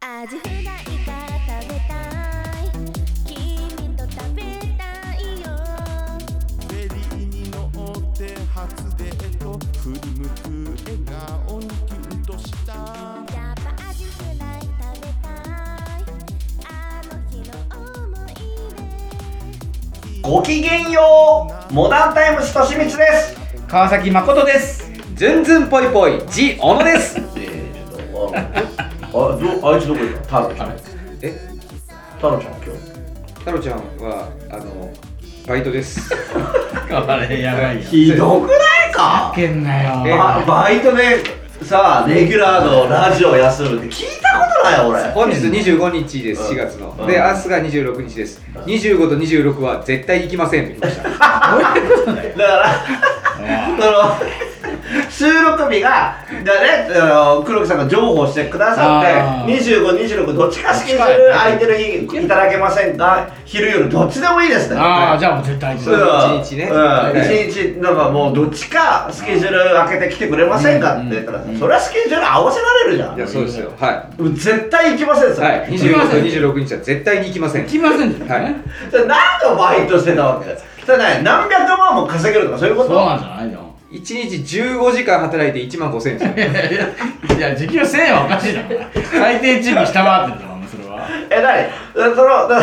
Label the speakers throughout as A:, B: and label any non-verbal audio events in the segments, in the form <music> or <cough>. A: アジフライが食べたい君と食べたいよ
B: フェリーに乗って初デート振り向く笑顔にキュンとした
A: やっぱアジフライ食べたいあの日の思い
C: ごきげんようモダンタイムスとしみつです
D: 川崎誠です
E: ズンズンぽいぽい、ジオノです。
C: えーとああどあいつどこ行ったタロちゃん
E: え、
C: タロちゃん今
E: 太郎ちゃんは、あの、バイトです。
D: あれやばい
C: 日ひどくないか
D: けんなよ
C: あバイトでさあレギュラーのラジオ休むって聞いたことない俺
E: 本日25日です、
C: うん
E: 4月の
C: う。ん
E: で、明日が26日です。25と26は絶対行きませんって言いました。
C: だから、その、収録日が、じゃね、あの黒木さんが譲歩してくださ
D: あ
C: って、
D: ー
C: 25、26、どっちかスケジュー
D: どっち
C: ル
D: か
C: 空いてる日いただけませんか昼夜どっちでもいいですね。
D: ああじゃあもう絶対
C: そう
D: に
C: だ
E: 一日ね
C: うん、一日、なんかもうどっちかスケジュール空けて来てくれませんかって言ったら
D: うん、
C: それはスケジュール合わせられるじゃ
E: いや、そうですよ。は
C: ん。絶対行きません
E: い。
C: それ。
E: はい。25と26日は絶対に行きません。
D: 来ませんね、
E: はい
C: それ何のバイトしてたわけそれね、何百万も稼げるとかそういうこ
D: そう
C: と
D: なんじゃないの
E: 1日15時間働いて1万5000円ですよ。
D: いや時給1000円はおかしいだろ最低賃金下回ってるだろそれは
C: え、なにその、だ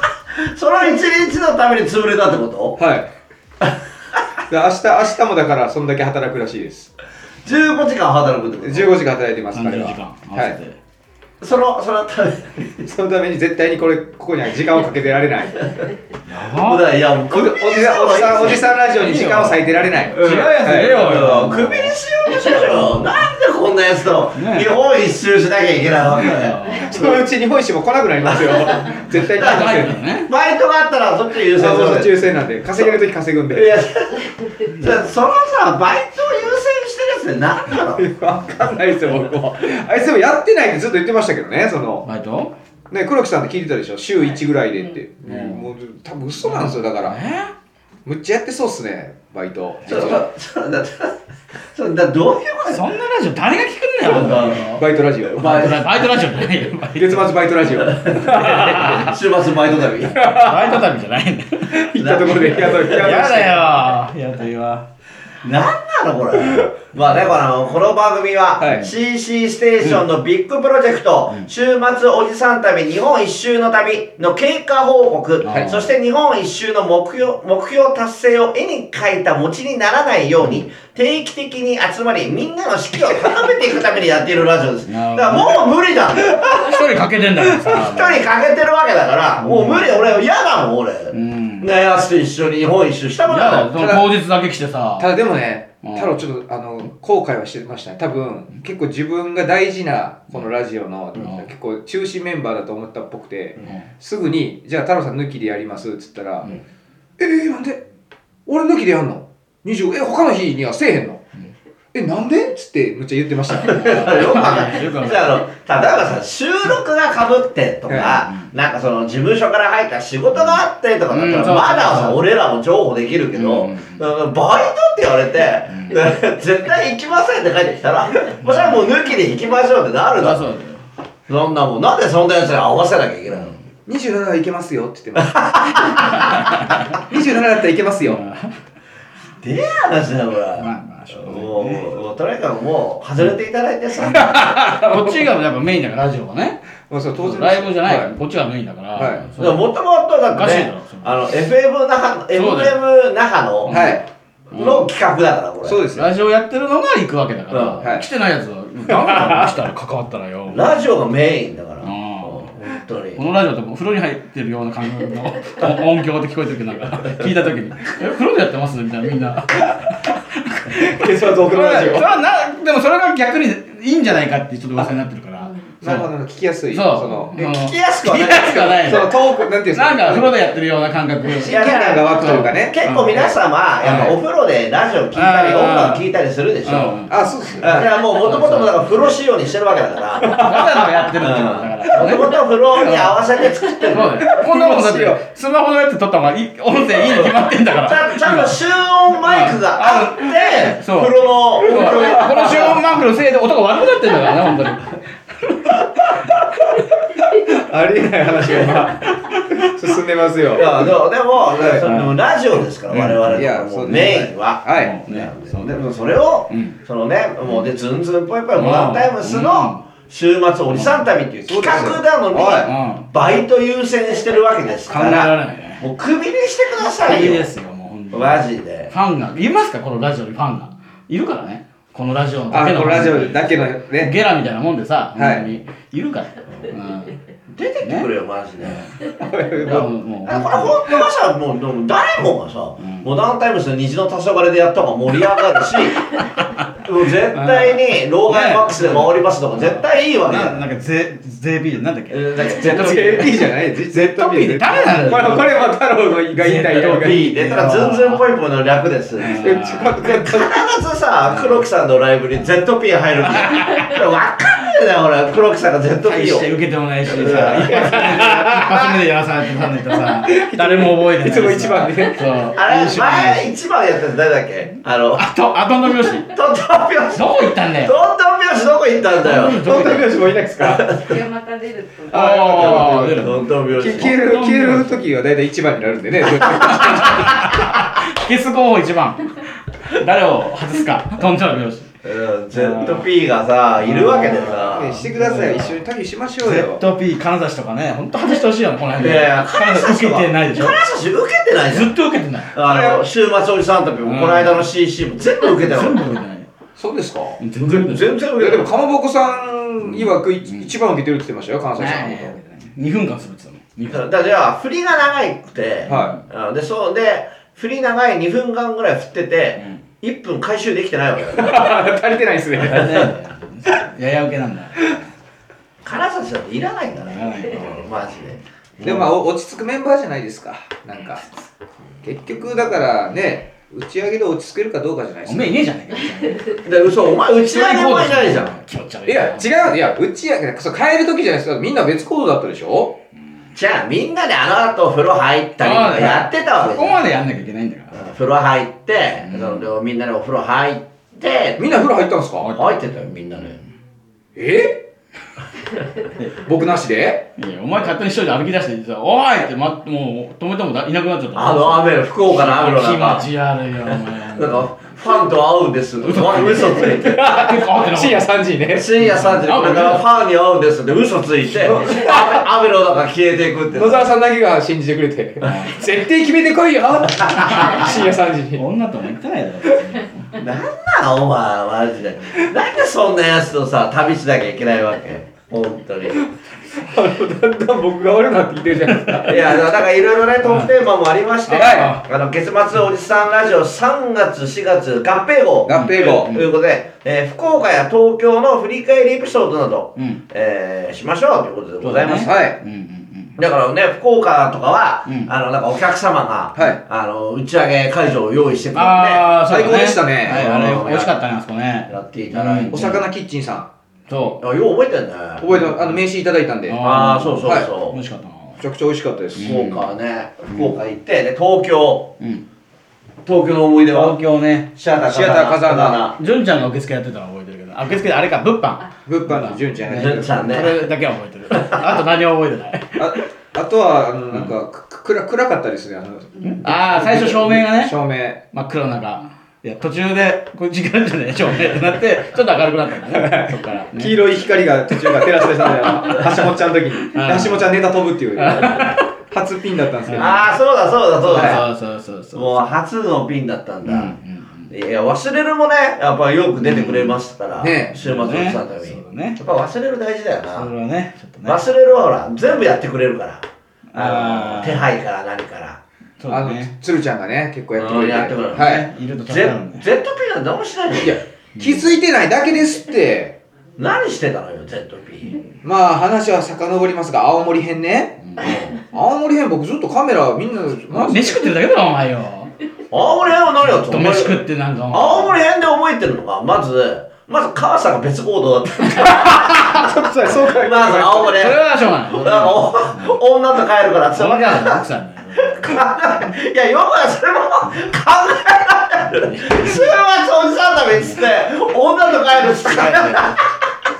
C: <laughs> その一日のために潰れたってこと
E: はい。で明日、明日もだから、そんだけ働くらしいです。
C: ?15 時間働くってこ
E: 15時間働いてます、彼
D: 30
E: は。
D: 時間合わ
E: は
D: せ
E: い
D: て、。
C: とその、そのために。
E: そのために絶対にこれ、ここには時間をかけてられない。
C: もうだいや、もう
E: おじおじさん、おじさん、おじさんラジオに時間を割いてられない。
C: うん
D: 違うやつ入れようよ
C: クビにしようとしろよ。 <laughs> なんでこんなやつと
D: ね
C: 日本一周しなきゃいけないわけだよ。
E: そのうち日本一も来なくなりますよ。絶対に来ま
D: 高
E: せ
D: いから
E: ん。
D: ね
C: バイトがあったらそっち優先
E: そうそう、
C: する。
E: 抽選なんで、稼げるとき稼ぐん
C: い
E: で。
C: や、じゃあそのさ、バイトを優先してるやつって何なの
E: わかんないですよ、僕も。あいつでもやってないってずっと言ってましたけどね、その。
D: バイト
E: ね、黒木さんって聞いてたでしょ、週1ぐらいでって。
D: うん
E: もう、多分嘘なんですよ、だから。
D: え
E: むっちゃやってそうっすね、バイト。
C: ちょっと、ちょっと、だってそれだどういうこと
D: そんなラジオ誰が聞くんだよ
E: バイトラジオ。
C: バイト
D: バイトラジオじゃないよバイ
E: 月末バイトラジオ。
C: <laughs> 週末バイト旅。
D: バイト旅じゃないんだよ
E: 行ったところで引き当たる。
D: やだ
E: よ。
D: よやだよ
C: なんなのこれまあねこのこの番組は、
E: はい
C: CC ステーションのビッグプロジェクト、週末おじさん旅日本一周の旅の経過報告、
D: はい
C: そして日本一周の目標目標達成を絵に描いた餅にならないように定期的に集まりみんなの士気を高めていくためにやっているラジオですだ
D: な
C: か
D: るほど
C: らもう無理だ
D: 一人かけてんだから
C: 一人欠けてるわけだからもう無理俺嫌だもん俺、
D: うん
C: ねやすと一緒に日本一周したことない
D: いや当日だけ来てさ
E: ただでもね、
D: うん
E: 太郎ちょっとあの後悔はしてましたね多分結構自分が大事なこのラジオの、
D: ん
E: 結構中心メンバーだと思ったっぽくて、
D: うん
E: すぐに「じゃあ太郎さん抜きでやります」っつったら「
D: ん
E: えー、なんで俺抜きでやんの ?20 え他の日にはせえへんの、えなんで?」っつってむっちゃ言ってました
D: <laughs>
C: よくわかんない。
D: よ
C: じ
D: くわかんない
C: ゃあ、あの、例えばさ、収録がかぶってとか、なんかその、事務所から入った仕事があってとかだった
D: うんそ
C: ら、
D: うそう
C: まださ、俺らも譲歩できるけど、
D: う
C: あ
D: ん
C: のバイトって言われて、絶対行きませんって帰ってきたら、もうそれはもう抜きで行きましょうってなる
D: あ
C: だ
D: そうだよ
C: そんなもん、なんでそんなやつに合わせなきゃいけないの
E: 27はいけますよ」って言ってました27だったらいけますよ
C: でえ話だよ、これ。
D: まあまあしょうがない
C: もう、もうとにかくもう、外れていただいてさ。
D: こっちがやっぱメインだからラジオはね
E: まあそれ当然です
D: ライブじゃないか
E: は
D: らこっちがメインだから
E: はい
C: もと
D: そう
C: もとだってね
D: おかしいだろそれ、
C: あの、FM 那覇、
D: そうだよ
C: FM 那覇の、
E: はい
C: の企画だから、これ。
E: そうですよ
D: ラジオやってるのが行くわけだから
C: うん
E: はい
D: 来てないやつはガンガン来たら関わったらよ
C: ラジオがメインだから。
D: ん
C: 本当に
D: こ。のラジオってもう風呂に入ってるような感じのお <laughs> 音響で聞こえてるけどなんか聞いた時に「え風呂でやってます?」みたいなみんな
E: 結末送る
D: それは
E: ラジ
D: それ
E: オ
D: はなでもそれが逆にいいんじゃないかってちょっと噂になってるから
E: なるほ
D: そう
E: ど聞きやすい
D: そう
E: その
D: うん
C: 聞きやすくはない
D: 聞きやすくはない
E: そのトークなんていうんです
D: なんか風呂
E: で
D: でやってるような感覚
C: い
E: キャ
C: や
E: ラが湧くというかね
C: 結構皆様、
D: うん
C: やっぱお風呂でラジオ聞いたり、
D: うん
C: 音楽聞いたりするでしょ。
D: うん
E: あそうっす
C: だからもう元々もだから風呂仕様にしてるわけだから。
D: ただのやってるってことだから、
C: もともと風呂に合わせて作って
D: そう
C: る。
D: だよこんなもんだっ
E: どうしよ
D: てスマホのやつ撮った方がいい音声いいに決まってんだか
C: ち
D: ら
C: ゃんちゃんと集音マイクがあって、風
D: そう
C: 呂
D: こ
C: の、
D: のこの集音マークのせいで音が悪くなってんだからね本当に
E: ありえない話が <laughs> 今、進んでますよ。
C: いやでもでも
E: い
C: そのラジオですから、
D: うん
C: 我
E: いや
C: 々の
E: そ
C: も
E: う
C: う
E: です
C: メインは。
E: はい。
D: もうね
C: ね、
D: そう
C: でもそれを、
D: うん
C: そのねもうでズンズンぽいぽいモダンタイムス
D: うん
C: の週末おじさん旅っていう企画なのに、
E: そうです
D: よはい
C: バイト優先してるわけです
D: 考
C: か
D: え
C: ら
D: られないね
C: もうクビにしてくださ
D: い
C: い
D: い
C: よ
D: ですよもう本当に
C: マジで
D: ファンがいますかこのラジオにファンがいるからねこのラジオだ
E: あ、
D: け
E: こ
D: の
E: のラジオだけのね。
D: ゲラみたいなもんで
E: は
D: さ、
E: い
D: 本当にいるから、うん、出て
C: 来るよマジで、
D: いやもうもう
C: あこれ本当はさもうでも誰もがさ、
D: ん
C: モダンタイムスの虹の黄昏でやった方が盛り上がるし
D: <laughs>
C: もう絶対に老害マックスで回りますとか絶対いいわけだ
D: な
C: よ
D: なんかゼ ZB なんだっけ
C: うんだから
E: JP じゃない ?ZP
D: で誰なの
E: これ、これは太郎のが言いたい方がいい。
C: B 出たらズンズンぽいぽいの略です
D: ん
C: 必
E: え違う違う
C: ずさ黒木さんのライブに ZP 入るんだよこれ分かんねえだよ俺黒木さんが ZP
D: 大して
C: を
D: 受けてもないしさ一発目でやらされてたんだけど
E: <laughs>
D: さ誰も覚えてないしさ
E: いつも一番ね
D: そう
C: あれ
D: 印象にないし
C: 前一番やったの誰だっけあの
D: あとあとの拍子
C: トントン拍子
D: どこ行ったんだよ
C: トントン拍子どこ行ったんだよ
E: トントン拍子もいないですか
F: それまた出ると。
E: あ
D: あー出る
C: トントン拍
E: 消
C: 子
E: える、消える時は大体一番になる <laughs> んでね。
D: 消す候補一番誰を外すかトンチョの拍子
C: うん ZP がさいるわけでさ
E: ねしてくださいよ。一緒に旅しましょうよ。
D: ZP 金指とかね本当外してほしいよねこの辺
C: いやいや
D: 金指受けてないでしょ
C: 金指受けてないじゃ
D: ず
C: ん
D: っと受けてない
C: あの週末おじさん旅もこの間の CC も全部受けてなか
D: 全
C: っ
D: 部
C: た
D: 受けてない
E: そうですか
D: 全然受けてない
C: 全然
E: い
C: 受け
E: や
C: て
E: で
C: な
E: も
C: い
E: かまぼこさん曰く一番受けてるって言ってましたよ関西さんのこ
D: 2分間滑ってたの2
C: だ
D: 分
C: からじゃあ振りが長いくて、
E: とは
C: あでそうで振り長い2分間ぐらい振ってて、1分回収できてないわけ
D: <laughs>
C: だから
E: い足りてないですね
D: やや受けなんだ
C: 金指だっていらないんだね
D: いらない
C: うんマジで
E: <laughs> でもまあお落ち着くメンバーじゃないですかなんか結局だからね打ち上げで落ち着けるかどうかじゃないで
D: お
E: す
D: め
E: か
D: えいねえじゃねえか
C: で嘘お前打ち上げ前じゃないじゃん
D: 気持ち悪
E: いや
D: う
E: 違ういや打ち上げそう変える時じゃないですかみんな別行動だったでしょ
C: じゃあみんなであの後風呂入ったりとかやってたわけ
D: そ
C: じゃ
D: こ
C: ん
D: までやんなきゃいけないんだから
C: うん風呂入って、
D: うん
C: そのでみんなでお風呂入って
E: みんな風呂入ったんですか
C: 入ってたよみんなで、
E: え僕なしで
D: いやお前勝手に一人で歩き出してさ「おーい!」って、ま、もう止めてもいなくなっちゃった
C: あの雨福岡の雨の
D: 気
C: 中
D: 持ち悪いよお前
C: なんかファンと会うんですとか嘘ついて
E: <laughs> 深夜3時にね
C: 深夜3時にこれからファンに会うんですって嘘ついて雨雨の中消えていくって
E: 野沢さんだけが信じてくれて絶対決めてこいよ深夜3時に <laughs>
D: 女とも言ってないだろ
C: なんなんお前マジでなんでそんなやつとさ旅しなきゃいけないわけ本当にい
E: あのだんだん僕が悪くなってきてるじゃないですか。
C: やだからいろいろねトークテーマもありまして、
E: は
C: あの月末おじさんラジオ3月4月合併号
E: 合併号
C: ということで、えー福岡や東京の振り返りエピソードなど、
D: うん
C: えーしましょうということでございます、
D: そうだね
E: はい。
D: うんうん
C: だからね、福岡とかは、
D: うん
C: あの、なんかお客様が、
E: はい
C: あの、打ち上げ会場を用意して
D: う
C: く
D: ん
C: れて、や
D: ああそうだ
E: 最高でしたね
D: はいあれ美味しかったねあそこね
C: っていただい
E: お
C: て。
E: 魚キッチンさん、
D: そ
C: あよう覚えてるね。
E: 覚えてます。あの名刺いただいたんで、
D: う
E: めち
C: ああ、そうそう
E: はい
C: そう。
D: 美味しかったな
E: ゃくちゃ美味しかったです。
C: 福岡はね、福岡行って、で、東京、
D: うん
C: 東京の思い出は
D: 東、京ね
C: シアター
E: シアター風穴
D: 純ちゃんが受付やってたの覚えてるけどあ受付であれか物販
E: 物販の純ちゃんが
C: 純
E: ね。
C: ちゃん
D: そ
C: ね。
D: れだけは覚えてるあと何も覚えてない
E: ああとは、あの、なんか、くくら暗かったですね。あの、
D: ああ最初照明がね
E: 照明。
D: 真っ暗の中いや途中でこれ時間じゃない照明ってなってちょっと明るくなったんだねそっからね
E: 黄色い光が途中から照らしてたんだよ。橋本ちゃんの時に。
D: あー
E: 橋本ちゃんネタ飛ぶっていう。初ピンだったんですけど。
C: ああ、そうだそうだそうだ。
D: そうそうそうそう
C: もう初のピンだったんだ。
D: うんうん
C: いや、忘れるもね、やっぱよく出てくれましたから、
E: うんね
C: 週末の
D: ね
C: さんのために。
D: そうだね
C: やっぱ忘れる大事だよな。
D: それはねちょっとね
C: 忘れるはほら全部やってくれるからあの
D: あー
C: 手配から何から
D: そう
E: あ
D: だ
E: の
D: ね、
E: 鶴ちゃんがね、結構やってく
C: う
E: れ
C: ん
E: て。
C: やってくれる
E: はい。
D: いると助
C: Z-
D: かるね
C: ZP なんて何もしないの
E: いや
C: よ、
E: 気づいてないだけですって。
C: 何してたのよ ZP
E: まあ話は遡りますが青森編ね、青森編僕ずっとカメラみんなマジで
D: 飯食ってるだけだろお前よ
C: 青森編は何やった
D: ちょっと
C: の
D: 飯食ってなんかお前
C: 青森編で覚えてるのがまずまず母さんが別行動だった
E: そうそうか
C: まず青森
D: それ
C: 編
D: はしょうがない
C: なんかお女と帰るからつ
D: それ
C: ま
D: は
C: ん
D: しょう
C: な
D: が
C: い
D: ない奥さんに
C: いや、よくはそれも考
D: <laughs>
C: えられない。週末おじさんだめっつって、女と帰るっつって。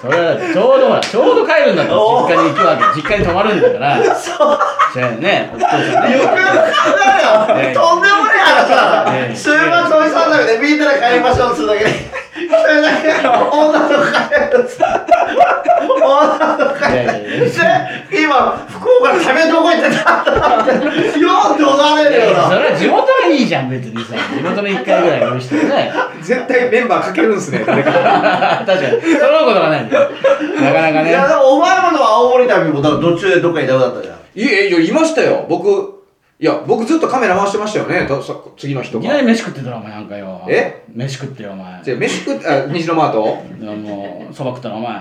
D: それはだってちょうどほら、ちょうど帰るんだと
C: おー
D: 実家に行くわけ。実家に泊まるんだ <laughs> から。
C: そう
D: じゃあね、お父さんね。
C: よくよく考えろ
D: ね
C: よとんでもない話
D: ね
C: だ数万飛びそうなのでみんなで帰りましょうっつうだけでそれだけなの女の帰るっつって女の帰
D: いやいやいや
C: るで今福岡の壁どこ行ってたんだろうってよーって踊られるよ
D: そ
C: な
D: れは地元がいいじゃん、別にさ。地元の一回ぐらい用意してね。
E: 絶対メンバーかけるんすね、誰か。
D: 確かに。そのことがないんだよ。なかなか
C: いや
D: ね。
C: でもお前ものは青森旅もだから途中でどっかいたことだったじゃん
E: いえ、いや、いましたよ。僕、いや、僕ずっとカメラ回してましたよね、とさ次の人
D: いきな
E: が。
D: り飯食ってたら、お前なんかよ。
E: え
D: 飯食ってよ、お前。
E: じゃあ、飯食って、あ、虹のマート
D: いやもう、そば食ったら、
E: <laughs>
D: お前。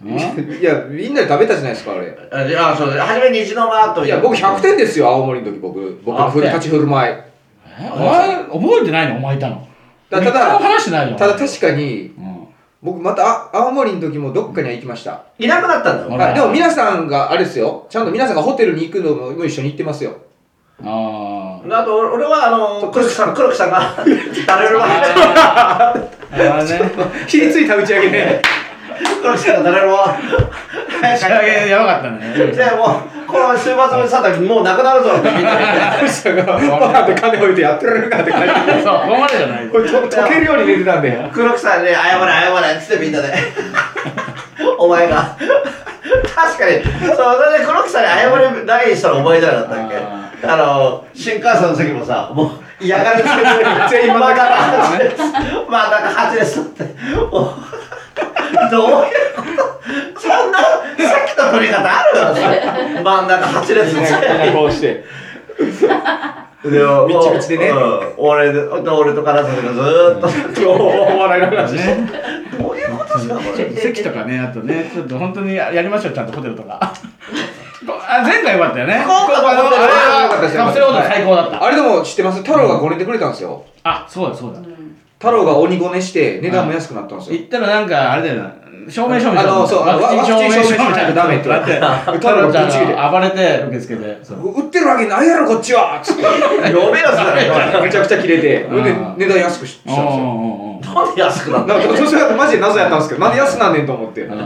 D: ん
E: いや、みんなで食べたじゃないですか、あれ。
C: あ、じゃあそうだ。初め虹の間という。
E: いや、僕100点ですよ、青森の時僕。僕の
C: あ100点
E: 立ち振る舞い。
D: えお前、覚えてないのお前いたの。
E: だ
D: 一
E: た
D: 回も
E: だ、
D: 話してないよ。
E: ただ確かに、
D: うん。
E: 僕またあ青森の時もどっかには行きました。
C: いなくなったんだよ。
D: ほら
E: はい、でも皆さんが、あれですよ、ちゃんと皆さんがホテルに行くのも一緒に行ってます <laughs> よ。
D: あ
E: <laughs>
C: あと、俺は、あの、黒木さん、黒木さんが、誰よりも早く、
D: あ。ああね。
E: ひりついた打ち上げで。
C: 黒木さんが誰よりも
D: 打
C: 早
D: ち
C: く帰
D: 上げやばかった
C: って。で
D: ね。、
C: もう、この週末のサタもうなくなるぞって言って。
E: <laughs> あの人が、バーって金置いてやってられるかって感じ
D: そう、ここまでじゃない。
E: これと溶けるように寝てたんで。
C: 黒木さんで、謝れ、謝れ、っつってみんなで。お前が。確かに、そう、れで黒木さんに謝れない人の覚えじゃなかったっ
D: あ
C: けあの、新幹線の席もさ、もう、嫌がらせてる。
E: 全員真ん
C: ま
E: 中
C: だ8です。まだ8ですって。もうどういうことそんな、さっきの取り方あるそれ真ん中8列
E: み
C: っ
E: んなみんな
C: て。
E: こうして。
C: でも
E: みっちみちでね
C: うん俺で、俺と金沢がずーっと。
E: <laughs> お笑いの話。
D: ね、
C: どういうことですか、これ。
D: 席とかね、あとね、ちょっと本当にやりましょう、ちゃんとホテルとか。あ <laughs> 前回よかったよね。
C: 福岡のホテル
D: あれ
E: よかったですよ
D: は、カプセルホテル最高だった。
E: あれでも知ってます太郎がごねてくれたんですよ。
D: あ、そうだそうだ。
E: 太郎が鬼ごねして、値段も安くなったんですよ
D: 行。ったらなんか、あれだよな。証明書みたい
E: あ
D: な。
E: のそうあのワクチン証明書みたいなのダメって
D: だって、太
E: 太郎
D: 郎ち
E: がぶっちぎれ
D: ゃんが暴れて、受付で。そう
E: 売ってるわけないやろ、こっちは <laughs> つって。
C: 呼べよ、それ。
E: めちゃくちゃ切れて、それで
D: あー
E: 値段安くししたんですよ。
D: おーおーおー
C: なんで安くなった
E: なんか、それはマジで謎やったんですけど、なんで安なんねんと思って。
D: うんうん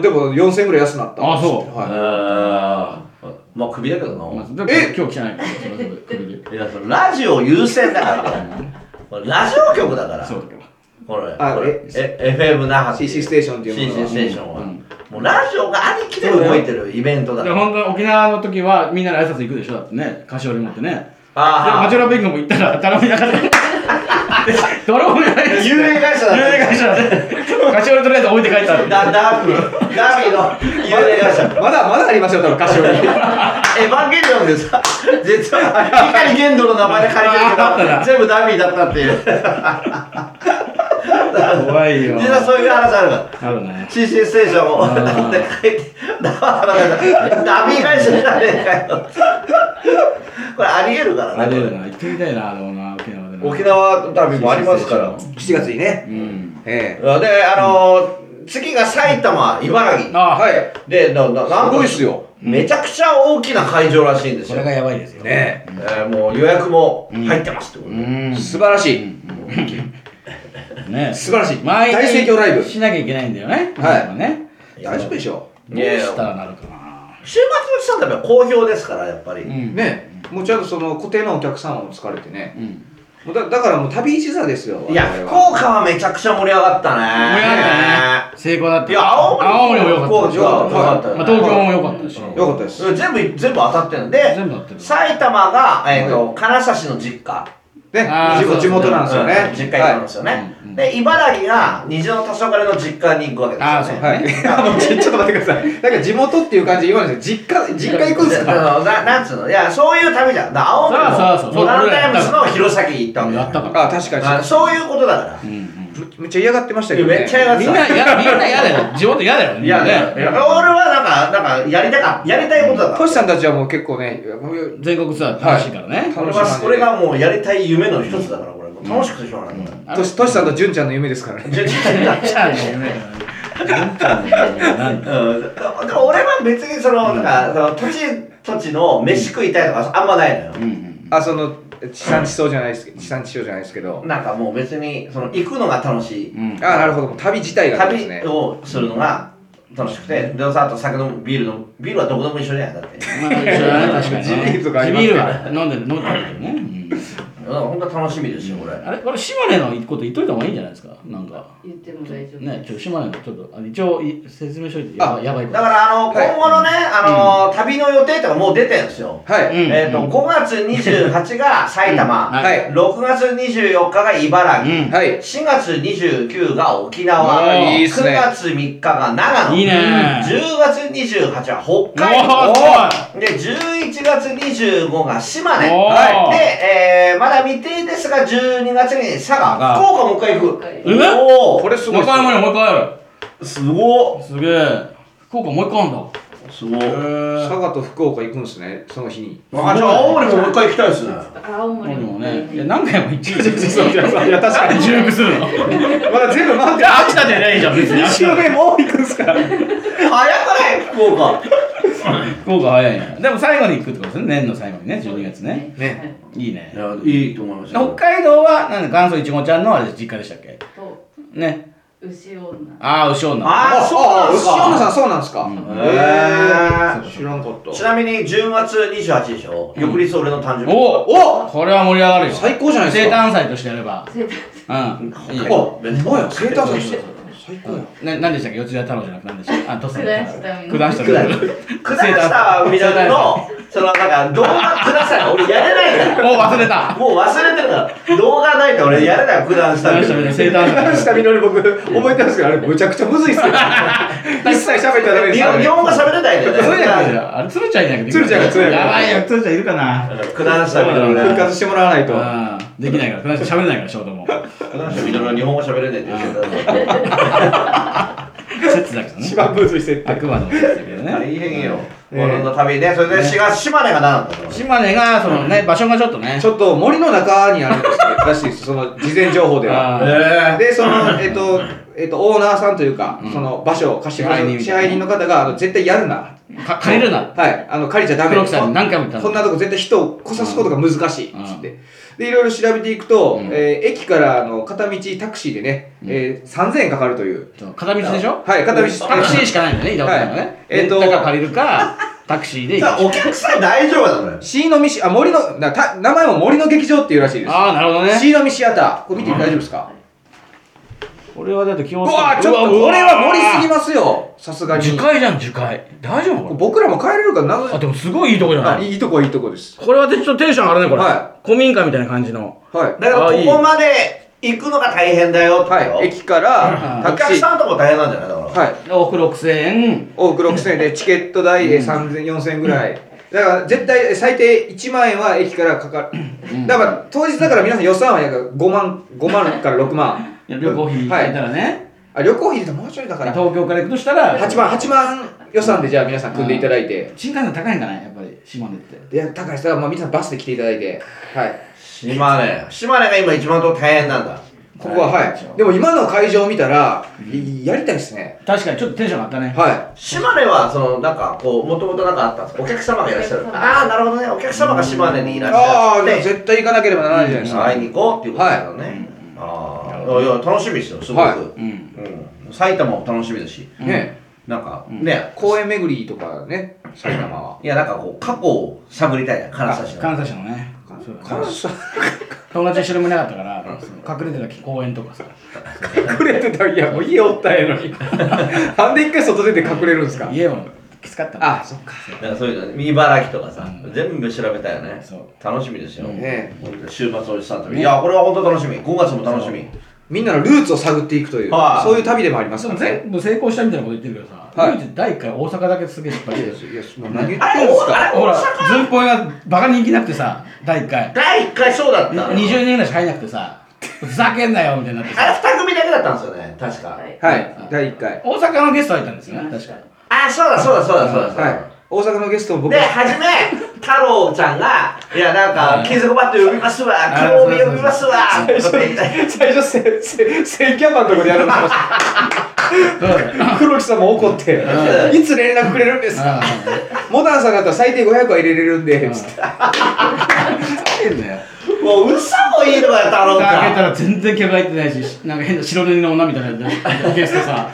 E: でも4000円ぐらい安くなった。
D: あそう
E: はい
C: まあ、クビだけどな。
D: まあ
E: え
D: 今日来てないから、それで首で。
C: いや、そのラジオ優先だから。ラジオ局だから。
D: そうだけど。
C: これ、
E: あ
C: これ
E: え、
C: え、FM 那覇
E: CC ステーションっていうもの
C: CC
E: が
C: ステーションは
D: うん。
C: もうラジオがありきで動いてるイベントだか
D: で
C: ら。
D: 本当に沖縄の時はみんなで挨拶行くでしょだってね菓子折り持ってねで
C: あ
D: マ
C: あ
D: チュラベングも行ったら頼みながらで泥棒じゃないです
C: 幽霊会社だね
D: 幽霊会社だね菓子折りとりあえず置いて帰ったって
C: だダービー、ダービーの
E: <laughs>
C: 幽霊会社。
E: まだまだありますよ、多分、歌詞よ <laughs> り。
C: エヴァンゲリオンで
D: <laughs>
C: さ、実は、光玄度の名前で借りてるけ
D: ああった
C: ど、
D: な
C: 全部ダービーだったっていう。
D: 怖いよ
C: 実はそういう話あるから。
D: あるね
C: CC ステーションをなんで書いて、だから、 <laughs> ダビー会社じゃねえかよ。これありえるからね。
D: あれだな行ってみたいなでもな沖縄でな
C: 沖縄旅もありますから。
E: 7月にね。
D: うん
E: え
C: で、あのー、次が埼玉、茨
D: あ
C: 城。
E: え
D: はい
E: はい。
C: で、な、な、なん
E: す
C: と
E: ごいっすよ。
C: めちゃくちゃ大きな会場らしいんです
D: こ
C: よ
D: れ。がやばいですよ
E: ね
C: えーもう予約も入ってますってこと
D: う
C: で。
D: ん
E: 素晴らしい。
D: ね
E: 素晴らしい
D: 毎
E: 大盛況ライブ
D: しなきゃいけないんだよね
E: はい
D: 今ね
E: 大丈夫でしょ。
D: どう
C: いやいや
D: したらなるかな
C: 週末の人旅は好評ですから、やっぱり。
D: うん
E: ねもうちゃんとその固定のお客さんを疲れてね。
D: うん
E: もうだだからもう旅一座ですよ。
C: いや、
E: 我
C: 福
E: 々は
C: 岡はめちゃくちゃ盛り上がったね。
D: 盛り上がったね成功だった
C: いや、青森
D: 青森も良かった
C: 良かったよね
D: まあ、東京も良かったし、
E: よかったです。
C: うん全部全部当たってるんで
D: 全部当たってる
C: 埼玉が、えーと金指の実家
E: ね
D: あー、
E: 地元地元なんですよ
C: う
E: ね。
C: 実家なんですよね、
D: はいうん
C: で茨城が虹の黄昏の実家に行くわけですよね
D: <laughs> あーそう
E: はい。はい。あの、ちょちょっと待ってください。なんか地元っていう感じ言わないですよ。実家、実家行くんです
C: で
E: か
C: あのななんつうのいやそういう旅じゃんだから青森も
D: そうそうそう
C: モダンタイムズの弘前行ったわけ
D: やった
E: あ
D: か、ら
E: 確かに。
C: あそういうことだから、
D: うんうん
E: めっちゃ嫌がってましたけどね。
C: めっちゃ嫌がっ
D: み
C: て
D: ん
C: た
D: なやみんな嫌だよ地元嫌だよね
C: いやね、俺はなんか、なんか、やりたか、やりたいことだか
E: ト
C: ら。
E: シさんたちはもう結構ね、もう
D: 全国ツアー楽しいからね、
E: はい
C: 俺は、これがもうやりたい夢の一つだから、これ。もう楽しくてしょうがない、こ
D: あ
E: ト
D: の
E: シトシさんと純ちゃんの夢です
D: <laughs>
E: からね。
C: れ。
D: ちゃんの夢なんだ
C: うん、でも俺は別にその、なんか、その土地、土地の飯食いたいとかあんまないのよ。
D: うんうん
E: あ、その、地産地消じゃないですけど、地産地消じゃないですけど。
C: なんかもう別に、その、行くのが楽しい。
D: うん
E: あ、なるほど。もう旅自体がですね
C: 旅。をするのが楽しくて、でさ、あと酒のビールの、ビールはどこでも一緒じゃん、だって。
D: まあ一緒だね確かに
E: 地ビールとかあり
D: 地
E: ま
D: ビ
E: す
D: ール
E: から
D: は飲んでる飲んでるけどね、うん
C: 本当楽しみですよ、これ。
D: あれこれ島根のこと言っといた方がいいんじゃないですかなんか
F: 言っても大丈夫。
D: ねちょっと島根のちょっとあの一応い説明しといて
E: あ
D: やばいやばいこ
C: だから、あの、
E: はい
C: 今後のね、あの、旅の予定とかもう出てるんですよ。
E: はい。
D: うん
C: えっと、
D: うん
C: 5月28が埼
D: うんは
C: 玉、
D: い
E: はい。
C: 6月24日が茨城、
D: うん
E: はい。
C: 4月29が沖縄、
E: わあいいっすね
C: 9月3日が長野、
D: いいね
C: 10月28は北海
D: おー
C: 道
D: すごい、
C: で、11月25が島根、
D: おー
C: はい、で、えー、まだ未定ですが、12月に佐賀、
D: が
C: 福岡もう一回行く。
F: え
D: え
C: お
E: こ
C: ー
E: れす
D: も
E: ご
D: う
E: い
D: 一
E: っ
D: 回もう一回ある
C: すごっ
D: すげえ福岡もう一回あんだ
C: すごっ
E: す。佐
D: へ
E: 賀と福岡行くんですね、その日に。
C: あ、じゃあ、青森ももう一回行きたいですね。
F: 青
D: え
F: 森
D: も
F: も
D: ねいや何回も行っちゃう
E: いや、確かに。
D: 重複するの
E: <laughs> まだ全部回ってな
D: い
E: い。
D: や秋田じゃないじゃん別に
E: 2
D: 秋
E: 週
D: 田
E: 目もう行くんすか
C: 早くない福岡。
D: 福岡早いなでも最後に行くってことですね年の最後にね12月ね
E: ね。
D: いいね
C: いいと思います
D: 北海道はなんか元祖いちごちゃんのあれ実家でしたっけ
F: と
D: ね
F: 牛女。
D: ああ牛女
C: あーそうなんすか
E: あ塩野さん、そうなんすか。
D: うん
E: へー知らんかった。
C: ちなみに10月28でしょ、翌日俺の誕生日。
D: お
E: お
D: これは盛り上がるよ
E: 最高じゃないです
D: 生
E: か。
D: 誕祭としてやれば
F: 生誕
D: うんいい
E: あ、
D: よ
E: ほんまや、生誕祭してた。最高や。
D: な何でしたっけ四谷太郎じゃなくて何でしたっけあどうした九
F: 九
D: 段
F: 段
D: 下
F: 下
D: 九 <laughs> 段
C: くだしたみたいなの、そのなんか動画ください、俺やれないから。
D: もう忘れた
C: もう忘れてるから、動画ないと俺やれない、九段
D: 九
C: 下
D: 段
C: に。
D: 下みたいな生誕
E: 話し
D: 祭
E: たみのり僕、覚えてますけど、あれ、むちゃくちゃむずいっすよ。 <laughs> 一切喋ったらダメです
C: 日
E: よ
C: 本日本語喋れないんだ
E: そう
C: よ
E: や
C: ね。
D: あれ鶴ちゃんいなくて
E: 鶴ちゃんが鶴ちゃんが
D: やばいよ鶴ちゃんいるかな
C: 九段下みたい
E: 復
C: なね。
E: 活してもらわないと。
D: うんできないから九段下喋れないからショートも
C: 九段下みたいな日本語喋れないんだよ。
D: 説だけどね
E: 一番むずい設定。
D: あくまでも説だけどね
C: 大変よ。
E: え
C: 俺の旅ね、それで4月、島根が何なんだろう。
D: 島根がそのね場所がちょっとね
E: ちょっと森の中にあるんですけどらしいです、その事前情報では。
D: あー
E: で、その、えっと、えっと、オーナーさんというか、
D: うん
E: その場所を貸してくれ
D: 支配人
E: る
D: み
E: 支
D: たいな
E: 配人の方が、あの絶対やるな。
D: か借りるな
E: はい、あの、借りちゃダメ。
D: 黒木さんに何回も言ったの
E: こんなとこ絶対人を来さすことが難しい。
D: うん
E: つって。で、いろいろ調べていくと、
D: うん
E: えー駅からあの片道タクシーでね、
D: うん
E: えー3000円かかるという。
D: そう片道でしょ
E: はい、片道。
D: タクシーしかないんだね、移動
E: はい
D: のね。
E: え
D: え
E: っ
D: っ
E: と
D: と、だから借りるか、タクシーで行
C: さ
D: く。
C: お客さん大丈夫なのよ。
E: C のみし、あ、森の、なた名前も森の劇場っていうらしいです。
D: ああ、なるほどね。
E: C のみシアター。これ見て大丈夫ですか
D: これはだって気
E: う
D: を
E: わーちょっとこれは盛りすぎますよ。さすがに。
D: 樹海じゃん、樹海。大丈夫こ
E: 僕らも帰れるかな
D: れあ、でもすごいいいとこじゃ
E: あ
D: ない
E: いいとこいいとこです。
D: これはちょっとテンション上がるね、これ
E: は。
D: 古民家みたいな感じの。
E: はい。
C: だからこ
D: あいい
C: こまで行くのが大変だよってこと
E: はい。駅から
D: うん
E: タ
C: お
E: ク
C: 客
E: シー。
C: さんとこ大変なんじゃないだから、
E: はい。
D: 往復6000円。
E: 往復6000円で、チケット代で3000、4000円ぐらい。だから絶対最低1万円は駅からかかる。だから当日だから皆さん予算はやから5万、5万から6万。
D: いや旅行費
E: は
D: 入れ
E: い
D: たらね、
E: あ、旅行費でもうちょいだから。
D: 東京から行くとしたら、
E: 8万、8万予算でじゃあ皆さん組んでいただいて。
D: 新幹線高いんかな、やっぱり、島根って。
E: いや、高橋さん、まあ皆さんバスで来ていただいて。はい。
C: 島根島根が今一番と大変なんだ
E: ここは、はい。でも今の会場を見たら、いやりたいですね。
D: 確かにちょっとテンション上がったね。
E: は
C: 島根はそのなんかこうもともとなんかあったんですかお客様がいらっしゃる
F: お客様
C: ああーなるほどねお客様が島根にい
E: い。
C: らっし
E: あ
C: ゃ
E: あ、
C: っ
E: でも
C: て
E: 絶対行かなければならないじゃないですか。
C: 会いに行こうっていうことだよね、ああいや楽しみですよすごく、
E: はい
D: うん。
C: うん、埼玉も楽しみだし
E: ね、
C: なんか
D: うん
C: ね、
E: 公園巡りとかね、埼玉は。
C: いやなんかこう過去を探りたいな金指の
D: 関西市のね。そうだね
E: 関西
D: 友達一緒にもいなかったから、隠れてた公園とかさ。
E: 隠れてた、いや、もう家おったんやのに。なんで一回外出て隠れるんですか
D: 家もきつかった
E: あ、そっか。
C: なんかそういうのね茨城とかさ、
D: うん
C: 全部調べたよね
D: そう
C: 楽しみですよ、
D: うん
E: ね
C: 週末おじさんと、
D: ね
C: いやこれは本当楽しみ5月も楽しみ
E: みんなのルーツを探っていくという、
C: はい
E: そういう旅でもあります
D: そ
E: か
D: う
E: らね。
D: 全部成功したみたいなこと言ってるけどさ、
E: はい
D: 唯一第1回大阪だけすげえ失敗
E: い
D: し
E: や
D: てる
E: いや、もう何言っ
C: あ
E: て
C: れ
E: んです
C: おあ
E: か
C: れ
D: ほ
C: 大
D: ら
C: 阪
D: ずんぽいがバカ人気なくてさ第1回
C: 第1回そうだった
D: 20人ぐらいしか入んなくてさふざけんなよみたいになって
C: あれ
D: さ
C: 2組だけだったんですよね確か、
F: はい
E: はい、第1回。
D: 大阪のゲスト入ったんですよね確か
C: あそうだそうだそうだそうだそうだ、
E: はい。大阪のゲストも僕
C: で、、はじめ、太郎ちゃんが、いや、なん
D: は
C: か、
D: い
C: 金属バット呼びますわ、
D: あ
C: 黒帯呼びますわ、とか言って
E: 最初、せ、せ、せんキャバのとこでやろうとしてました。黒木さんも怒って、
D: う
E: いつ連絡くれるんですか
D: あ
E: モダンさんだったら最低500は入れれるんで、つって。
D: けんなよ
C: もう嘘もいいのかよ太郎
D: 蓋開けた
C: か
D: ら全然毛が入ってないしなんか変な白塗りの女みたいなゲストさ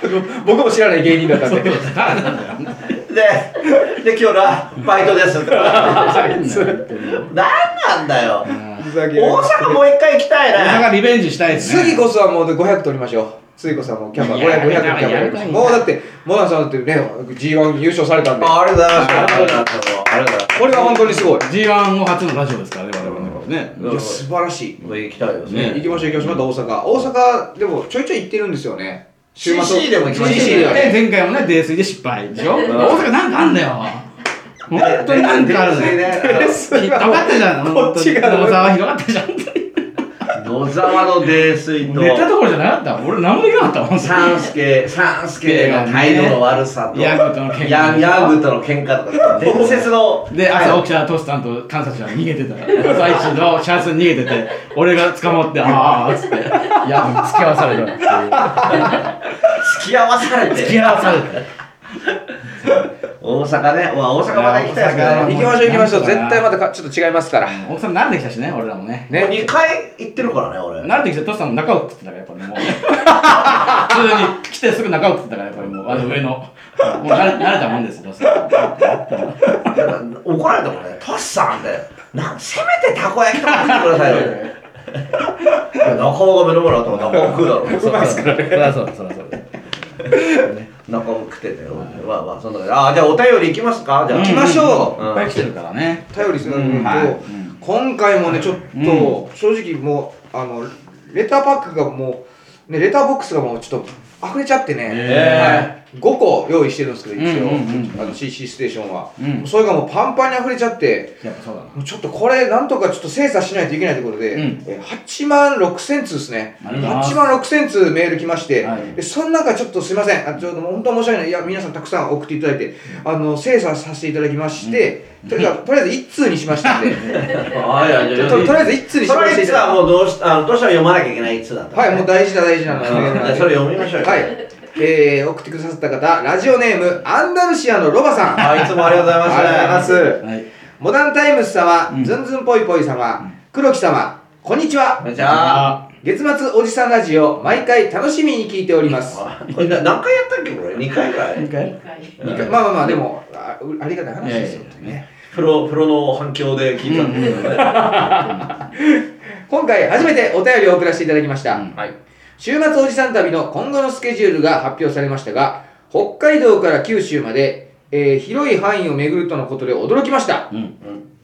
E: 僕も知らない芸人だったんで。
D: 誰なんだよ
C: でで今日なバイトです
D: ふざけんなよ本当に
C: 何なんだよ
E: ふざけや
C: 大
E: がって
C: 阪もう一回行きたい
D: 大
C: な
D: 阪リベンジ
E: <laughs>
D: したいですね
E: 次こそはもう500取りましょう。次こそはもうキャンパー
D: いや
E: 500、500キャンパー
D: や
E: や
D: り
E: り
D: た
E: ま
D: い
E: し
D: な
E: ょう。もうだって、モナさんだってね、G1 優勝されたんで。
C: あありがとうございますありがとうございますありがとうございます
E: これは本当にすごい。
D: G1 を初のラジオですからね我々のね
E: いや、素晴らしい。
C: もう行きたいよ
D: ね
E: 行きましょう行きましょう、また大阪。大阪、でもちょいちょい行ってるんですよね。
C: CC でも行きましょう
E: CC でも
D: で前回もね泥酔で失敗でしょ大阪なんかあんだよ本当になんかあるねひどかったじゃん
E: こ
D: 本
E: っ
D: 当に
E: ちが
D: 野沢ひどかったじゃん
C: 野沢の泥酔と
D: 寝たところじゃなかった俺何もできなかったもん
C: 三助三助の態度の悪さと
D: ヤングとの喧嘩
C: ヤンヤングとの喧嘩とか伝説の
D: で朝起きたらトスさんと監察者が逃げてた最初のチャンスに逃げてて俺が捕まってああっつっていや付き合わされたっていう
C: 付き合わされ
D: 付き
C: て
D: 合わされた
C: 大阪ねうわ大阪また行きたいで
D: いや
E: 行
C: す
E: き
C: ね
E: ましょう行きましょう。絶対またかちょっと違いますから。
D: 奥さん慣れてきたしね俺らもね
C: もう
E: ね。
C: 2回行ってるからね俺
D: 慣れてきたトスさんも中を食ってたからやっぱりも <laughs> う普通に来てすぐ中を食ってたからやっぱりもうあの上のもう慣れ慣れたもんですよトスさん
C: 怒られたもんねトッさんってなんせめてたこ焼きとかしてくださいよい
D: <laughs>
C: や中尾が目の前だったら中尾食うだろ
D: うまいっすからねそりゃそうだそりゃそうだ <laughs>
C: 中尾食っててまあまあそんな感じあじゃあお便り行きますかじゃあ
D: ん
E: 行きましょ
D: いっぱい来てるからね
E: う。頼りすると、
D: うんはいうん
E: 今回もね、ちょっと、正直もう、あの、レターパックがもう、ね、レターボックスがもうちょっと溢れちゃってね。
D: え
E: はい5個用意してるんですけど、一応、
D: うんうんうん
E: あの CC ステーションは、
D: うん
E: それがもうパンパンに溢れちゃって、
D: やっぱそうだな
E: もうちょっとこれ、なんとかちょっと精査しないといけないということで、
D: うん
E: えー8万6千通ですね。
D: ありがとうござい
E: 8
D: ます
E: 万6千通メール来まして、
D: はい
E: でその中ちょっとすいません、あちょっと本当申し訳ない、いや、皆さんたくさん送っていただいて、あの精査させていただきまして、とりあえずとりあえず1通にしましたんで、
C: あいやじゃあ
E: ととりあえず1通にし
C: そ
E: ま
C: れ
E: して
C: い
E: い
C: つ
E: ただ
C: はもうどうしあのどうしても読まなきゃいけないいつだっ
E: いて
C: た
E: はい、もう大事な大事なの
C: うんそれ読みましょうよ
E: はい。えー、送ってくださった方、ラジオネーム、アンダルシアのロバさん。
C: あいつもありがとうございます
E: ありがとうございます。
D: はい
E: モダンタイムス様、
D: うん
E: ズンズンぽいぽい様、黒木様、こんにちは。
C: じゃあ
E: 月末おじさんラジオ、毎回楽しみに聞いております。
C: これな何回やったっけこれ2回ぐらい
D: 一回
F: 一回
E: いいかまあまあまあ、でも、あうありがたい話ですよ
D: いやいやいや
E: ね。
C: 風呂風呂の反響で聞いたんですけどね
E: 今回初めてお便りを送らせていただきました。
D: うん
C: はい
E: 週末おじさん旅の今後のスケジュールが発表されましたが、北海道から九州まで、えー広い範囲を巡るとのことで驚きました。
D: うん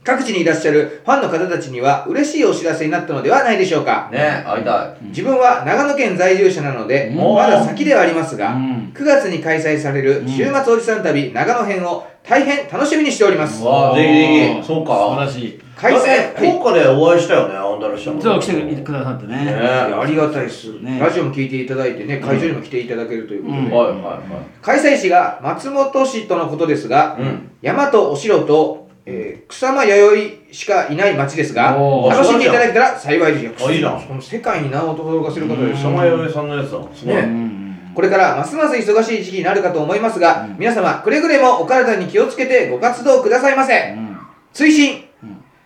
E: 各地にいらっしゃるファンの方たちには嬉しいお知らせになったのではないでしょうか。
C: <laughs> ね会いた
E: 自分は長野県在住者なので、
D: おー
E: まだ先ではありますが、
D: うん
E: 9月に開催される週末おじさん旅長野編を大変楽しみにしております
C: う。わあぜひぜひそうか
D: 素晴らしい
E: 開
C: だっ
E: 催、
C: て福岡でお会いしたよねアンダルシアも
D: そう来てくださってね
C: ね
E: いやありがたいです、
D: ね
E: ラジオも聞いていただいてね、会場にも来ていただけるということで、
D: うん
C: はいはいは
E: 開催市が松本市とのことですが、
C: うん
E: 大和お城と、えー草間弥生しかいない町ですが
D: おー
E: 楽しんでいただけたら幸いです
C: あいいな
E: この世界に名を轟かせる方
C: い
E: です
C: 様よさんのやつだすごい
E: ねこれからますます忙しい時期になるかと思いますが、皆様くれぐれもお体に気をつけてご活動くださいませ、
D: うん
E: 追伸、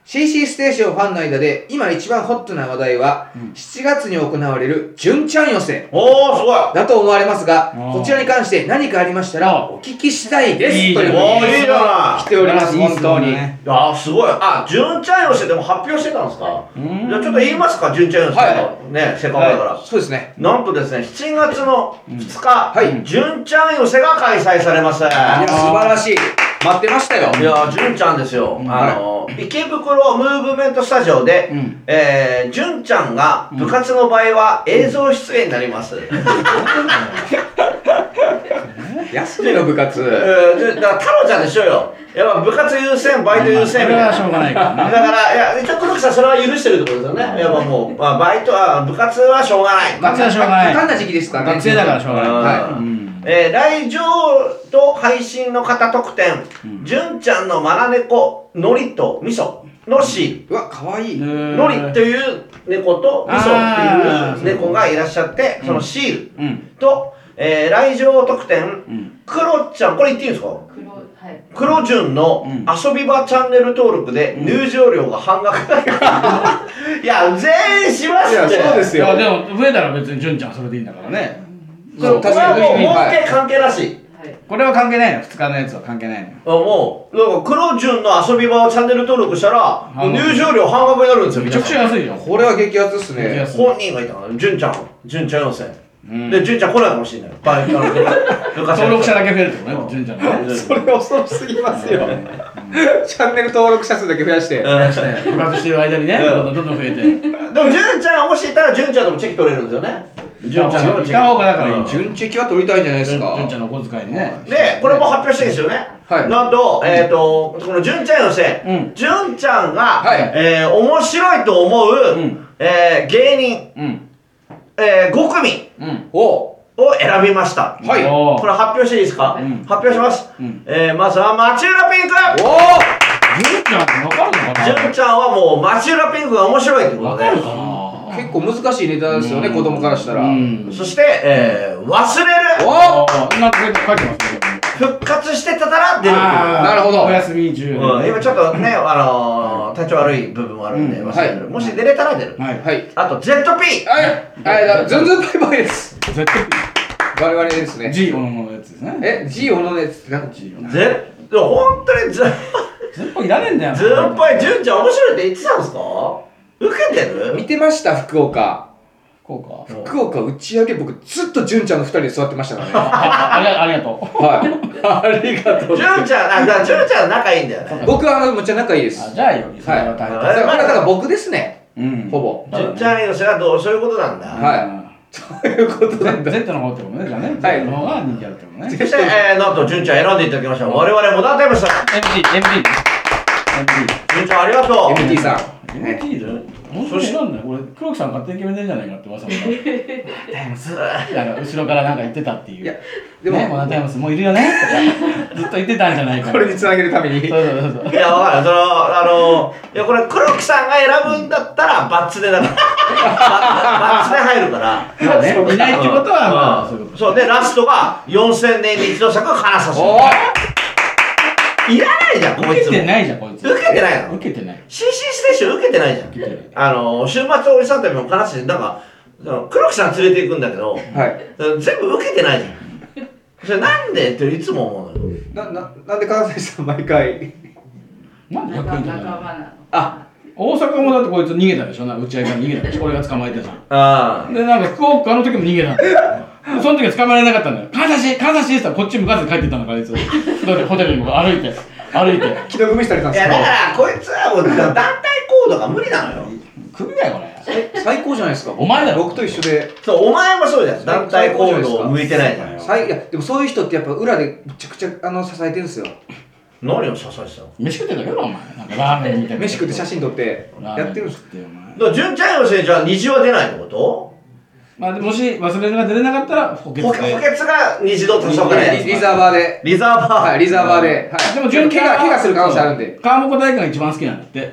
E: CC ステーションファンの間で今一番ホットな話題は、7月に行われる純ちゃん寄せ
C: おおすごい
E: だと思われますが
D: あー
E: こちらに関して何かありましたらお聞きしたいです
D: いいじ
E: と
D: ゃ
E: い
D: ん
E: う
C: おーいいじゃ
E: 来ております
D: いいっ
E: 本当に、
D: ね
C: ないあーすごいあ純ちゃんよしてでも発表してたんですか
D: うん
C: じゃあちょっと言いますか純ちゃんよしてのねせっかくだから
E: そうですね
C: なんとですね、7月の2日、
E: うんはい
C: 純ちゃん寄せが開催されます。
E: いや
C: い
E: 素晴らしい待ってましたよ
C: や、純ちゃんですよ。
D: ん
C: あの、池袋ムーブメントスタジオで、
D: うん
C: えー、純ちゃんが部活の場合は映像出演になります。 <laughs> え
E: 休みの部活
C: ーでだから太郎ちゃんでしょうよ。やっぱ部活優先、バイト優先み
D: ま
C: た
D: あ
C: い
D: それはしょ
C: な。
D: うがないから
C: だ
D: ね
C: から、いや、一応黒木さんそれは許してるってことですよね。やっぱもう、まあ、バイトは、部活はしょうがない。
D: 学生はしょうがない
E: かかんな時期ですからね
D: 学生だからしょうがない
C: は
E: はいい
D: うん
C: えー来場と配信の方特典、純ちゃんのマラ猫、のりと味噌のし、
E: うわ可愛い
C: のりという猫と味噌っていう猫がいらっしゃって、そのシール
D: うん
C: と、えー来場特典、
D: ん
C: クロちゃん、これ言っていいんですか
F: 黒はい。
C: 黒純の
G: うん
C: 遊び場チャンネル登録で
G: うん
C: 入場料が半額だから、
E: <laughs>
C: いや全員します
E: いや
C: っ
E: そうで
C: て
E: す
D: い
E: よ
D: やでも増えたら別に純ちゃんそれでいいんだからね
E: そう
C: これ
E: 確
C: は
E: か
C: も
E: に
C: うもう一回関係なし
F: はい。
G: これは関係ないの2日のやつは関係ないのよ
C: もうだから黒純の遊び場をチャンネル登録したらもう入場料半額になるんですよ
D: め
C: め
D: ち
C: ち
D: ゃ
C: ゃ
D: く
C: く
D: ち
C: ちゃ
D: ゃ安いよ
E: これは激アツっす
D: 激
E: ね
D: 安
C: 本人がいたから純ちゃん純ちゃん4000
G: うん
C: で純ちゃん来ないかもしれないバイトの
D: 登
C: 登
D: 録者だけ増えるってことね純ちゃんのね
E: それ恐ろしすぎますよチャンネル登録者数だけ増やして
D: 部活してる間にね
C: うん
D: どんどんどんどん増えて
C: でも純ちゃんがもしいたら純ちゃんともチェキ取れるんですよね純ちゃんの
D: いた方がだからいい
C: うん
E: 純チェキは取りたいんじゃないです
D: 純
E: か
D: 純ちゃんのお小遣いにね
C: でこれも発表してるんですよね
E: はい
C: なんと、えっ、と、この純ちゃんのせい、
G: うん
C: 純ちゃんが、
E: はい
C: えー面白いと思う、
G: うん
C: えー芸人、
G: うん
C: え5組
G: うん
E: お
C: を選びました。
E: はい
D: おー
C: これ発表していいですか、
G: ん
C: 発表します。
G: うん
C: えーまずは、町浦ピンク
E: お
D: 純ちゃんって分かるのか
C: 純ちゃんはもう、町浦ピンクが面白いってこ
D: な
C: と
D: 分
C: で
D: か、るか
E: お
D: な
E: 結構難しいネタですよね子供からしたら
D: うん
C: そして、えー忘れる
E: お
D: あーなんか書いてますね
C: 復活してたから出る
D: あー
E: なるほど
D: お休み中
C: うん、今ちょっとね、あのー体調悪い部分もあるんで、
D: うん
C: 忘れる、
E: はい
C: もし出れたら出る。
D: はい
E: はい
C: あと、ZP!
E: はいはいだズンズンバイバイです
D: 絶対
E: 我々ですね
D: G おのものやつですね
E: え G 小野のやつってなんか
D: G を
C: ぜ、本当にず、 <laughs>
D: ずっぽいらねえんだよ
C: ずっぱい、純ちゃん面白いって言ってたんですか受けてる
E: 見てました福岡
D: こうか
E: 福岡打ち上げ僕ずっと純ちゃんの2人で座ってましたから <laughs> ね
D: あありがありがとう
E: はいありがとう
C: 純ちゃん、あ、だから純ちゃん仲いいんだよね。
E: 僕はあのむっちゃ仲いいです
D: あじゃあよりそれは大
E: だ
C: はい
D: 変
E: からだから僕ですね
G: うん
E: ほぼ <laughs>
C: 純ちゃんのそれはどう、そういうことなんだ。
E: はということなん
D: い
E: だ
D: Z の方ってことねじゃあね
E: はい
D: Z の方が人気あるってことね
C: そして、えー、なんと純ちゃん選んでいただきました。我々モダンタイムさん、
G: MGMG
C: 純ちゃんありがと
E: MT さん
D: MT だよ本当に選んだよ俺黒木さん勝手に決めてんじゃないかって噂もある <laughs> タイムスなんか後ろからなんか言ってたっていう
E: いやで
D: で
E: も
D: も、ね、モナタイムスもういるよ <laughs> ねとかずっと言ってたんじゃないかな
E: これにつなげるために
D: そうそうそうそう
C: う。いや、わかる。その、あの、いや、これ、黒木さんが選ぶんだったら、 <laughs> バッツでだから。バッツで入るから。
D: まあねいないってことはまあそういううんこ
C: そうでラストが4000年に一度作金指
E: お
C: いらないじゃん
D: と
C: こい
D: 受
C: つ
D: け
C: も
D: てないじゃんこいつ
C: 受けてないの
D: 受けてない
C: CC ステーション受けてないじゃん
D: 受けてない
C: あの週末おじさんたちも金指なんかその黒木さん連れて行くんだけど
E: はい
C: 全部受けてないじゃんそれなんでっていつも思うのよ
E: なななんで川崎さん毎回
D: なんで
F: 仲
D: 役
F: 間
D: 員じゃ
F: 仲
D: ない
F: 間なの。
E: あ
D: 大阪もだってこいつ逃げたでしょな打ち合いから逃げたでしょ俺が捕まえてさ
C: あ
D: でなんか福岡の時も逃げたんだよその <laughs> 時は捕まえられなかったんだよ「金指金指」って言ったらこっち向かず帰ってったのかあいつだってホテルにも歩いて歩いて
E: 既読無視されたん
C: あい
E: です
C: やだ
E: か
C: からこいつはもう団体行動が無理なのよ
D: 首だよこれ
E: え最高じゃないですか
D: お前だろ
E: 僕と一緒で
C: そうお前もそうじゃん団体行動向いてないじゃん
E: 最いやでもそういう人ってやっぱ裏でめちゃくちゃあの支えてるんですよ
C: 何を支えてたの
D: 飯食ってたけどお前なんかラーメンみたいな
E: 飯食って写真撮って
D: ラーメン
E: やってるんです
D: 食ってお前
C: だから純ちゃんのせいじゃあ虹は出ないってこと
D: まあでもし忘れるが出れなかったら補欠
C: 補
D: で
C: 欠が虹度としょうがない
E: リリザーバーで
C: リザーバ
E: は
C: ー
E: いリザーバーではい
D: でも純ち
E: 怪
D: ゃんは
E: 我怪我する可能性あるんで
D: 川本大君が一番好きなんだって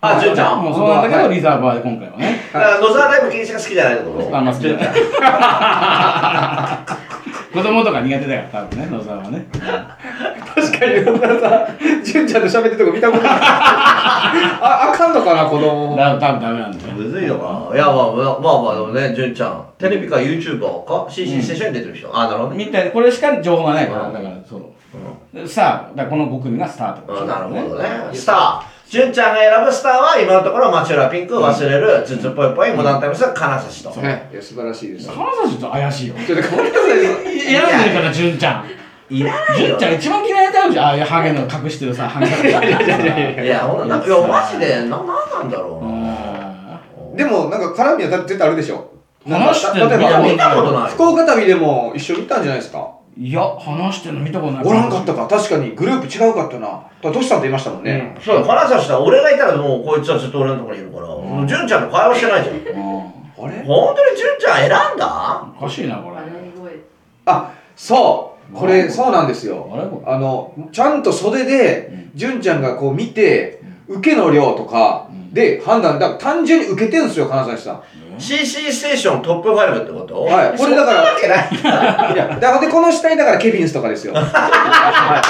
C: あ純ちゃん
D: もうそうなんだけど
E: はい
D: リザーバーで今回はね
C: だから野沢大イム禁止が好きじゃないってこと
D: あんま好きじゃない
C: 純ちゃん
D: <laughs> 子供とか苦手だから多分ね野沢はね
E: 確かに野沢さん純ちゃんと喋ってるとこ見たこと
D: <laughs>
E: ないああかんのかな子供
D: だ多分ダメなんだよ
C: むずいのかないやまあまあまあまあでもね純ちゃんテレビか YouTuber か CC ステーションに出てる人、あなるほどね
D: みたいなこれしか情報がないから
C: うん
D: だからそう、でさあだからこの5組がスタート、
C: うんなるほどねスター純ちゃんが選ぶスターは今のところ町浦ピンク忘れるツツぽいぽいモダンタイムス金指と、
E: ねいや素晴らしいですちょっ
D: 金指ちょっと怪しいよ
E: とごめんなさい
D: 選んでるから純ちゃん
C: いらない
D: 純
C: よ
D: ちゃん一番嫌いなタイプじゃんああいうハゲの隠してるさハゲの
C: いやほんとなんかいやマジでななんなんだろうな
E: でもなんか絡みはだ絶対あるでしょ
D: 話して
E: なんか例えば
C: 見たことない
E: 福岡旅でも一緒に行ったんじゃないですか
D: いや話してるの見たことない
E: おらんかったか確かにグループ違うかったなだからトシさんといましたもんね、
C: そうだ金指さん俺がいたらもうこいつはずっと俺のところにいるからもう純ちゃんと会話してないじゃん
D: う
E: あ
D: ん
E: れ
C: 本当に純ちゃん選んだ
D: おかしいなこれ
F: 笑い声。
E: あそうこ
D: う
E: れ
D: ん
E: そうなんですよ
D: あれこ
E: あのちゃんと袖
D: う
E: で
D: ん
E: 純ちゃんがこう見て受けの量とか
D: れ、うん
E: で、判断、だから単純に受けてんすよ、金指さん。
C: CC ステーショントップ5ってこと
E: はいこれだか
C: そ
E: ら
C: んなわけない
E: いや、だからで、この下にだからケビンスとかですよ。は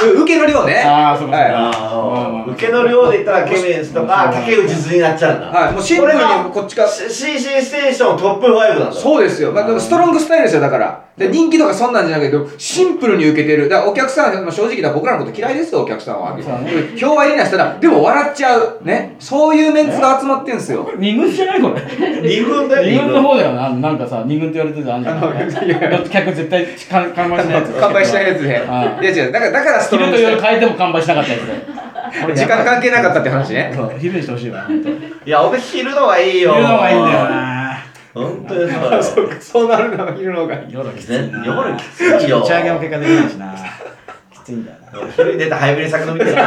E: い受けの量ね。
D: ああ、そうかそうか。
C: あー受けの量で言ったらケビンスとか竹内図になっちゃうんだ。
E: はい、もうシンプルにこっちか。
C: C- CC ステーショントップ5なんだ。
E: そうですよ。まあ、でもストロングスタイルですよ、だから。で人気とかそんなんじゃないけど、シンプルに受けてる。だからお客さん、まあ正直だ、僕らのこと嫌いですよ、お客さんは。票は入れないしたら、でも笑っちゃう。ね。そういうメンツが集まってんすよ。
D: 二軍じゃないこれ。
C: 二軍だよ、
D: 二
C: 二
D: 軍の
C: 軍。
D: 方だよな。なんかさ、二軍って言われてたあんじゃ
E: <laughs>
D: ん。だって客絶対かん完売しないやつ。
E: 乾杯しないやつで。
D: はい
E: いや違う、だから、だからストロ
D: 昼
E: ン
D: と
E: グスタイル。
D: 夜変えても完売しなかったやつだよ。こ <laughs> れ
E: 時間関係なかったって話ね。
D: そう、昼にしてほしいわ。本当昼
C: いや、俺昼のはいいよ。
D: の方がいいんだよ。な。
C: 本当に
D: <laughs>
C: そうよ。
E: そうなるのが昼の方がいい。
D: 夜はきつい
C: ね
D: な。
C: 夜きついよ。
D: 打ち上げも結果できないしな。きついんだよな。
C: 昼に出た早めに酒飲みたいな。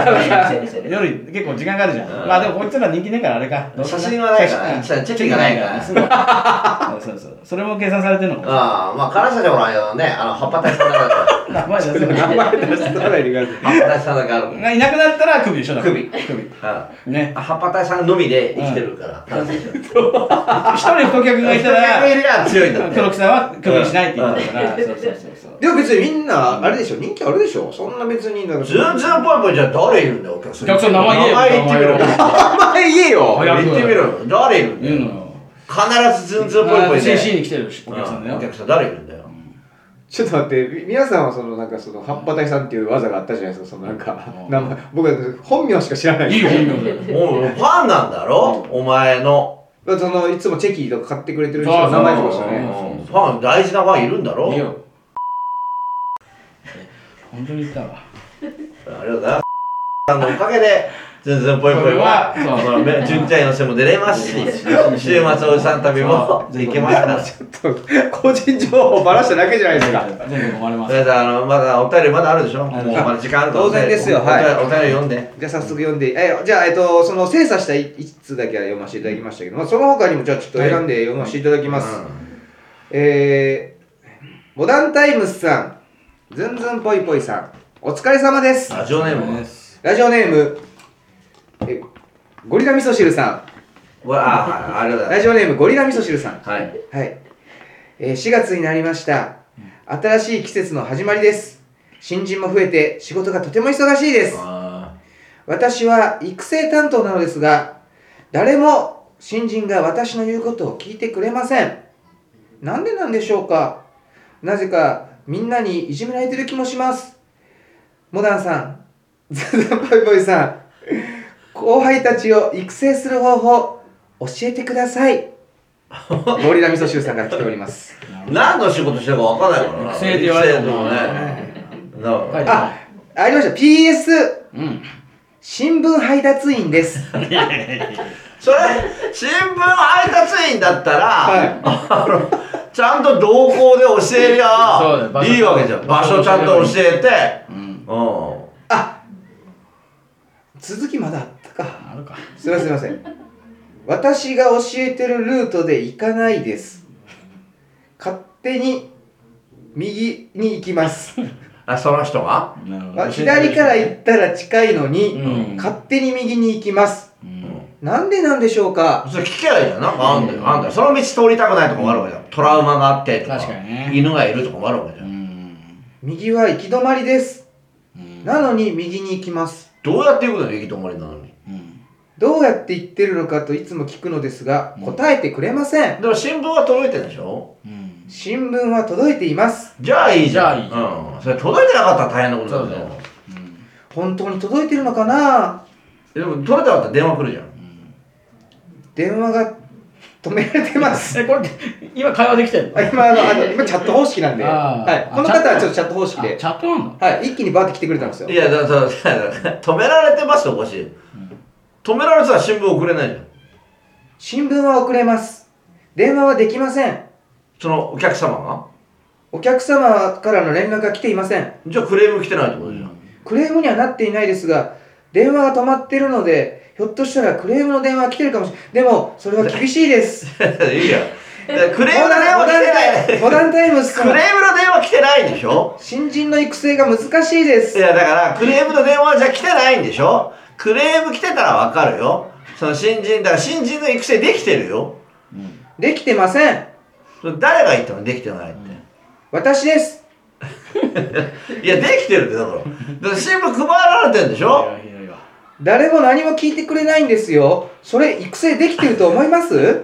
D: 夜結構時間があるじゃん、
C: うん
D: まあでもこいつら人気ねえからあれか
C: 写真はないからね
D: 写真
C: チェキがないから
D: チェキがないからそうそうそうそれも計算されてんのか
C: ああ、まあ、金沢でもないよね。あの、葉っぱ大さんだから。葉
D: <laughs>
C: っ
D: 名前出
E: 名
D: せない
E: 前出さないでください。
C: ぱ大さんだからあるもん。
D: がいなくなったらクビでしょだから
C: クビ
D: ク
C: あ
D: ビね
C: あ葉っぱ大さんのみで生きてるから。金沢で
D: 一人顧客がいた
C: 逆
D: ら
C: には強いんだって
D: 黒木さんはクビにしないって言ってたから、そうそうそうそう
E: でも別にみんな、あれでしょ、人気あるでしょ。そんな別に、なんか。
C: 全然ぽいぽいじゃ誰いるんだよ、お客さん。
D: お客さん名前言えよ
C: 名前言ってみろ。
E: お前言えよ
D: 早く
C: 言ってみろ。誰いるんだ
D: 言うの
C: よ。
D: よ
C: 必ずズンズンぽいぽいで。
D: CC に来てるしお客さんだ
C: う
D: よ
C: お客さん誰いるんだよ。
E: ちょっと待って、み皆さんはそのなんかその葉っぱ大さんっていう技があったじゃないですか、そのなんか、
D: うん
E: 名前、僕は本名しか知らない
D: いい
E: で
D: よ
E: す。
D: いいよいいよ
C: おうファンなんだろお前の。
E: だからそのいつもチェキとか買ってくれてる人
D: あ
E: の
D: ー
E: 名前と
D: そう
E: かしたね。
D: そうそう
C: ファン、大事なファンいるんだろ
D: いいよえ本当に言ったわ
C: ありがとうございます。さんのおかげで、全然ぽいぽいは、
D: これはそう
C: そ
D: <laughs>
C: の純ちゃんのせも出れますし、
D: 出れますし
C: 週末おじさん旅もできましたし。
E: 個人情報をばらしただけじゃないですか。
D: 全部困ります
C: 皆さん、あの、まだお便りまだあるでしょもうまだ時間あるから
E: 当然ですよ
C: お便り
E: はい
C: お便り読んで。
E: じゃあ早速読んで、えじゃあ、えっと、その精査したい一つだけは読ませていただきましたけど、まあ、その他にもじゃあちょっと選んで読ませていただきます。えー、モダンタイムスさん、ズンズンぽいぽいさん、お疲れ様です。
C: ラジオネームは
E: ラジオネーム、えゴリラ味噌汁さん。
C: わあ、ありがとうござ
E: ラ
C: い
E: ジオネーム、ゴリラ味噌汁さん。
C: ます。はい。
E: はい。えー4月になりました。新しい季節の始まりです。新人も増えて仕事がとても忙しいです。
C: あ
E: 私は育成担当なのですが、誰も新人が私の言うことを聞いてくれません。なんでなんでしょうかなぜかみんなにいじめられてる気もします。モダンさん、ザザボイボイさん、後輩たちを育成する方法、教えてください。ゴリラ味噌汁さんから来ております。
C: ー何の仕事してるか分かんないからな。
D: 育成って言われて
C: 育成
D: も
C: もね。だか
D: 書い
C: ら
D: てな
E: ありました。PS、
D: いうん
E: 新聞配達員です。
C: それ、新聞配達員だったら、
E: はい
C: あの、ちゃんと同行で教えり
D: そうだよ
C: ゃ
D: 場所
C: いいわけじゃん。場所ちゃんと教えて、
D: うん
C: うん。
E: 続きまだあったか。
D: あるか
E: すいませんすいません私が教えてるルートで行かないです勝手に右に行きます
C: あ、その人が
D: なるほ
E: あ
D: ど
E: 左から行ったら近いのに、
D: うん
E: 勝手に右に行きます
D: うん
E: なんでなんでしょうか
C: それ聞けばいいじゃん。なんかあんだよ、あんだよ。その道通りたくないとこもあるわけじゃん。トラウマがあってとか、
D: 確かにね
C: 犬がいるとかもあるわけじ
D: う
C: ゃん。
D: ん
E: 右は行き止まりです
D: うん
E: なのに右に行きます
C: どうやって行くのよ、行き止まりなのに。
D: うん
E: どうやって行ってるのかといつも聞くのですが答えてくれません
C: でも新聞は届いてるでしょ
D: うん
E: 新聞は届いています
C: じゃあいいじゃん。
D: じゃ
C: うん。それ届いてなかったら大変なことだ
D: そう
C: よ
D: だ。よ
E: 本当に届いてるのかな
C: でも届いてなかったら電話来るじゃん。
E: 電話が止められてます
D: えこれ今会話できてる
E: あ今あのあの今チャット方式なんで、
D: あー
E: はい、
D: あ
E: この方はちょっとチャット方式で、
D: チャットなんだ
E: はい、一気にバーって来てくれたんですよ
C: い。や、だからそうだから止められてますっておかしいよ。止められてたら新聞送れないじゃん。
E: 新聞は遅れます。電話はできません。
C: そのお客様
E: お客様からの連絡が来ていません。
C: が。じゃあクレーム来てないってことじゃん。
E: クレームにはなっていないですが、電話が止まってるので、ひょっとしたらクレームの電話が来てるかもしれない。でも、それは厳しいです。
C: いいや。だから <laughs> ク
E: モ
C: レームの電
E: ダ
C: 話
E: ン
C: 来
E: モ
C: て
E: ダ
C: ない。
E: ンタイムモダンタイムスさ
C: クレ
E: ん、
C: ームの電話来てないでしょ
E: 新人の育成が難しいで
C: い
E: す。
C: や、だからクレームの電話じゃ来てないんでしょクレーム来てたらわかるよ。その新人、だから新人の育成できてるよ。
E: できてません
C: それ誰が言ったのできてないって。
E: 私です
C: いや、できてるって、だから。だから新聞配られてるんでしょ
D: いやいやいや
E: 誰も何も聞いてくれないんですよそれ育成できてると思い
C: <laughs>
E: ます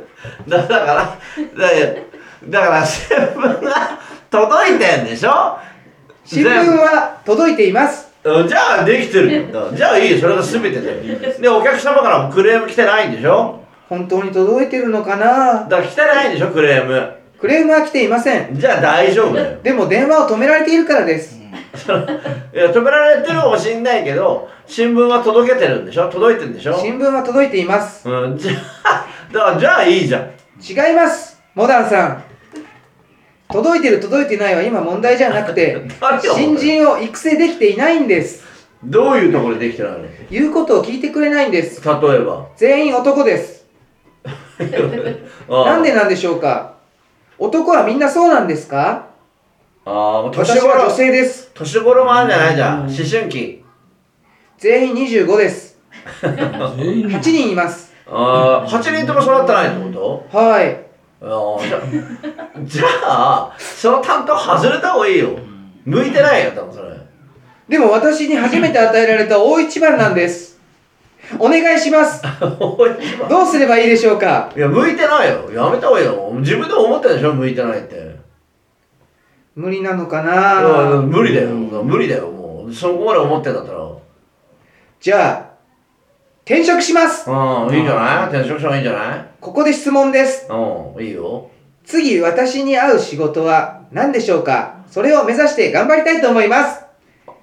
C: だだから、だだから新聞が届いてんでしょ
E: 新聞は届いています
C: うんじゃあできてるよじゃあいいよそれが全てだ
E: <laughs>
C: よでお客様からもクレーム来てないんでしょ
E: 本当に届いてるのかな
C: だから来てないんでしょクレーム
E: クレームは来ていません
C: じゃあ大丈夫
E: <laughs>
C: だよ
E: でも電話を止められているからです
C: いや止められてるかもしんないけど新聞は届けてるんでしょ届いてるんでしょ
E: 新聞は届いています
C: うんじゃあだからじゃあいいじゃん
E: 違いますモダンさん届いてる届いてないは今問題じゃなくて
C: <laughs> 誰よ
E: 新人を育成できていないんです
C: どういうところでできてないの
E: 言うことを聞いてくれないんです
C: 例えば
E: 全員男です
C: ああ
E: なんでなんでしょうか男はみんなそうなんですか
C: ああ年
E: 私
C: 頃
E: は女性です
C: 年頃もあるんじゃないじゃん思春期
E: 全員25です
D: 全員
E: 8人います
C: ああ8人とも育ってないってこと
E: はい
C: ああじゃあ <laughs> じゃあその担当外れた方がいいよ向いてないよ多分それ <laughs>
E: でも私に初めて与えられた大一番なんですお願いします
C: おい今
E: どうすればいいでしょうか
C: いや向いてないよやめた方がいいよ自分でも思ったでしょ向いてないって
E: 無理なのか
C: いや
E: な
C: 無理だよ無理だよもうそこまで思ってんだったら
E: じゃあ転職します
C: うんいいんじゃない転職した方がいいんじゃない
E: ここで質問です
C: うんいいよ
E: 次私に合う仕事は何でしょうかそれを目指して頑張りたいと思います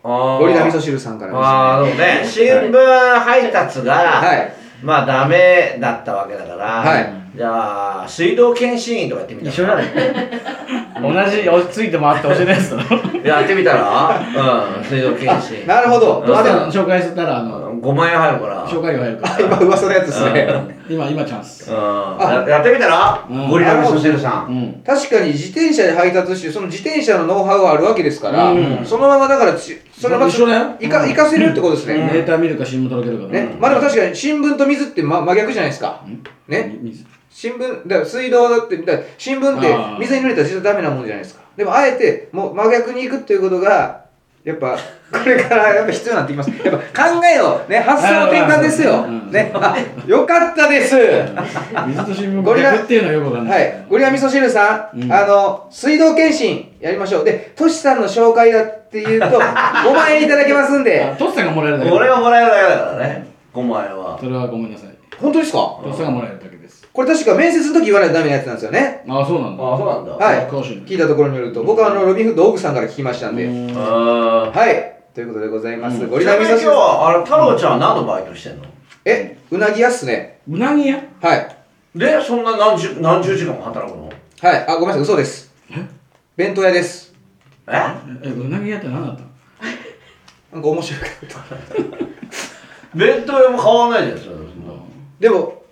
C: ああ
E: ゴリラ味噌汁さんから
C: ああでもね新聞配達が、
E: ですはい
C: まあダメだったわけだから、
E: はい
C: じゃあ水道検診員とかやってみた
D: 一
C: ら
D: 緒じゃない同じ落ち着いてもあって教えないですだろ
C: <laughs> やってみたらうん水道検診
E: なるほど
C: どう
D: あ
C: し
D: で
C: た
D: も
C: の
D: 紹介したらあの
C: 5万円入るから
D: 紹介料入るか
E: 今噂のやつです
C: う
E: ね
C: ん
D: 今今チャンス
C: うんややってみたら、
D: うん
C: ゴリラ味噌汁さ
D: うんん
E: 確かに自転車で配達してその自転車のノウハウはあるわけですから、
D: うん
E: そのままだからちそれま
D: 一緒だよ
E: いかいかせるってことですね、
D: データ見るか新聞届けるか
E: ねまあでも確かに新聞と水って真真逆じゃないですかね
D: 水
E: 新聞だから水道だってだから新聞っ
D: あ
E: て
D: ー
E: 水に濡れたら実はダメなもんじゃないですかでもあえてもう真逆に行くっていうことがやっぱ <laughs> これからやっぱ必要になってきますやっぱ考えをね発想の転換ですよ、
D: うん
E: ねあよかったです
D: 水と新聞
E: ゴリラ
D: 逆っていうのはよくわかんな
E: はいい、ゴリラ味噌汁さん、
D: うん
E: あの水道検診やりましょうでトシさんの紹介だって
D: <laughs>
E: いうと5万円いただけますん
D: あ
E: で
D: トッサがもらえるだけ
C: 俺がもらえるだけだからね5万円は
D: それはごめんなさい
E: 本当ですか
D: トッサがもらえるだけです
E: これ確か面接の時言わないとダメなやつなんですよね
D: ああそうなんだ
C: あそうなんだ
E: はい
D: 詳しいね
E: 聞いたところによると僕はあのロビンフードオグさんから聞きましたんで、
D: うん
C: あ
E: はいということでございます、
D: うん
E: ゴ
C: ち
E: リ
C: な
E: ラ
C: み
E: 味
C: に
E: 噌
C: 今日
E: 汁
C: はあれ太郎ちゃんは何のバイトしてんの
E: えうなぎ屋っすね
D: うなぎ屋
E: はい
C: でそんな何十何十時間も働くの
E: はいあごめんなさい嘘です弁当屋です
C: え
D: えうなぎ屋って何だったの
E: なんか面白かった
C: 弁当屋も変わんないじゃんそれ
E: でも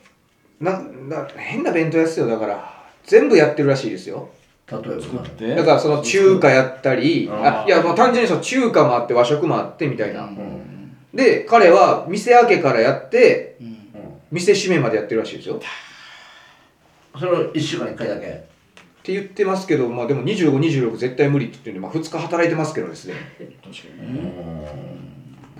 E: なな変な弁当屋っすよだから全部やってるらしいですよ
C: 例えば
D: 作って
E: だからその中華やったり、
C: うん
E: あいやもう単純にその中華もあって和食もあってみたいな。
D: うん
E: で、彼は店明けからやって、
D: うん
E: 店閉めまでやってるらしいですよ。っ
C: それを1週間に1回だけ
E: て言ってますけど、まあでも25、26絶対無理って言ってるんで、まあ2日働いてますけどですね。
D: 確か
C: う
D: にね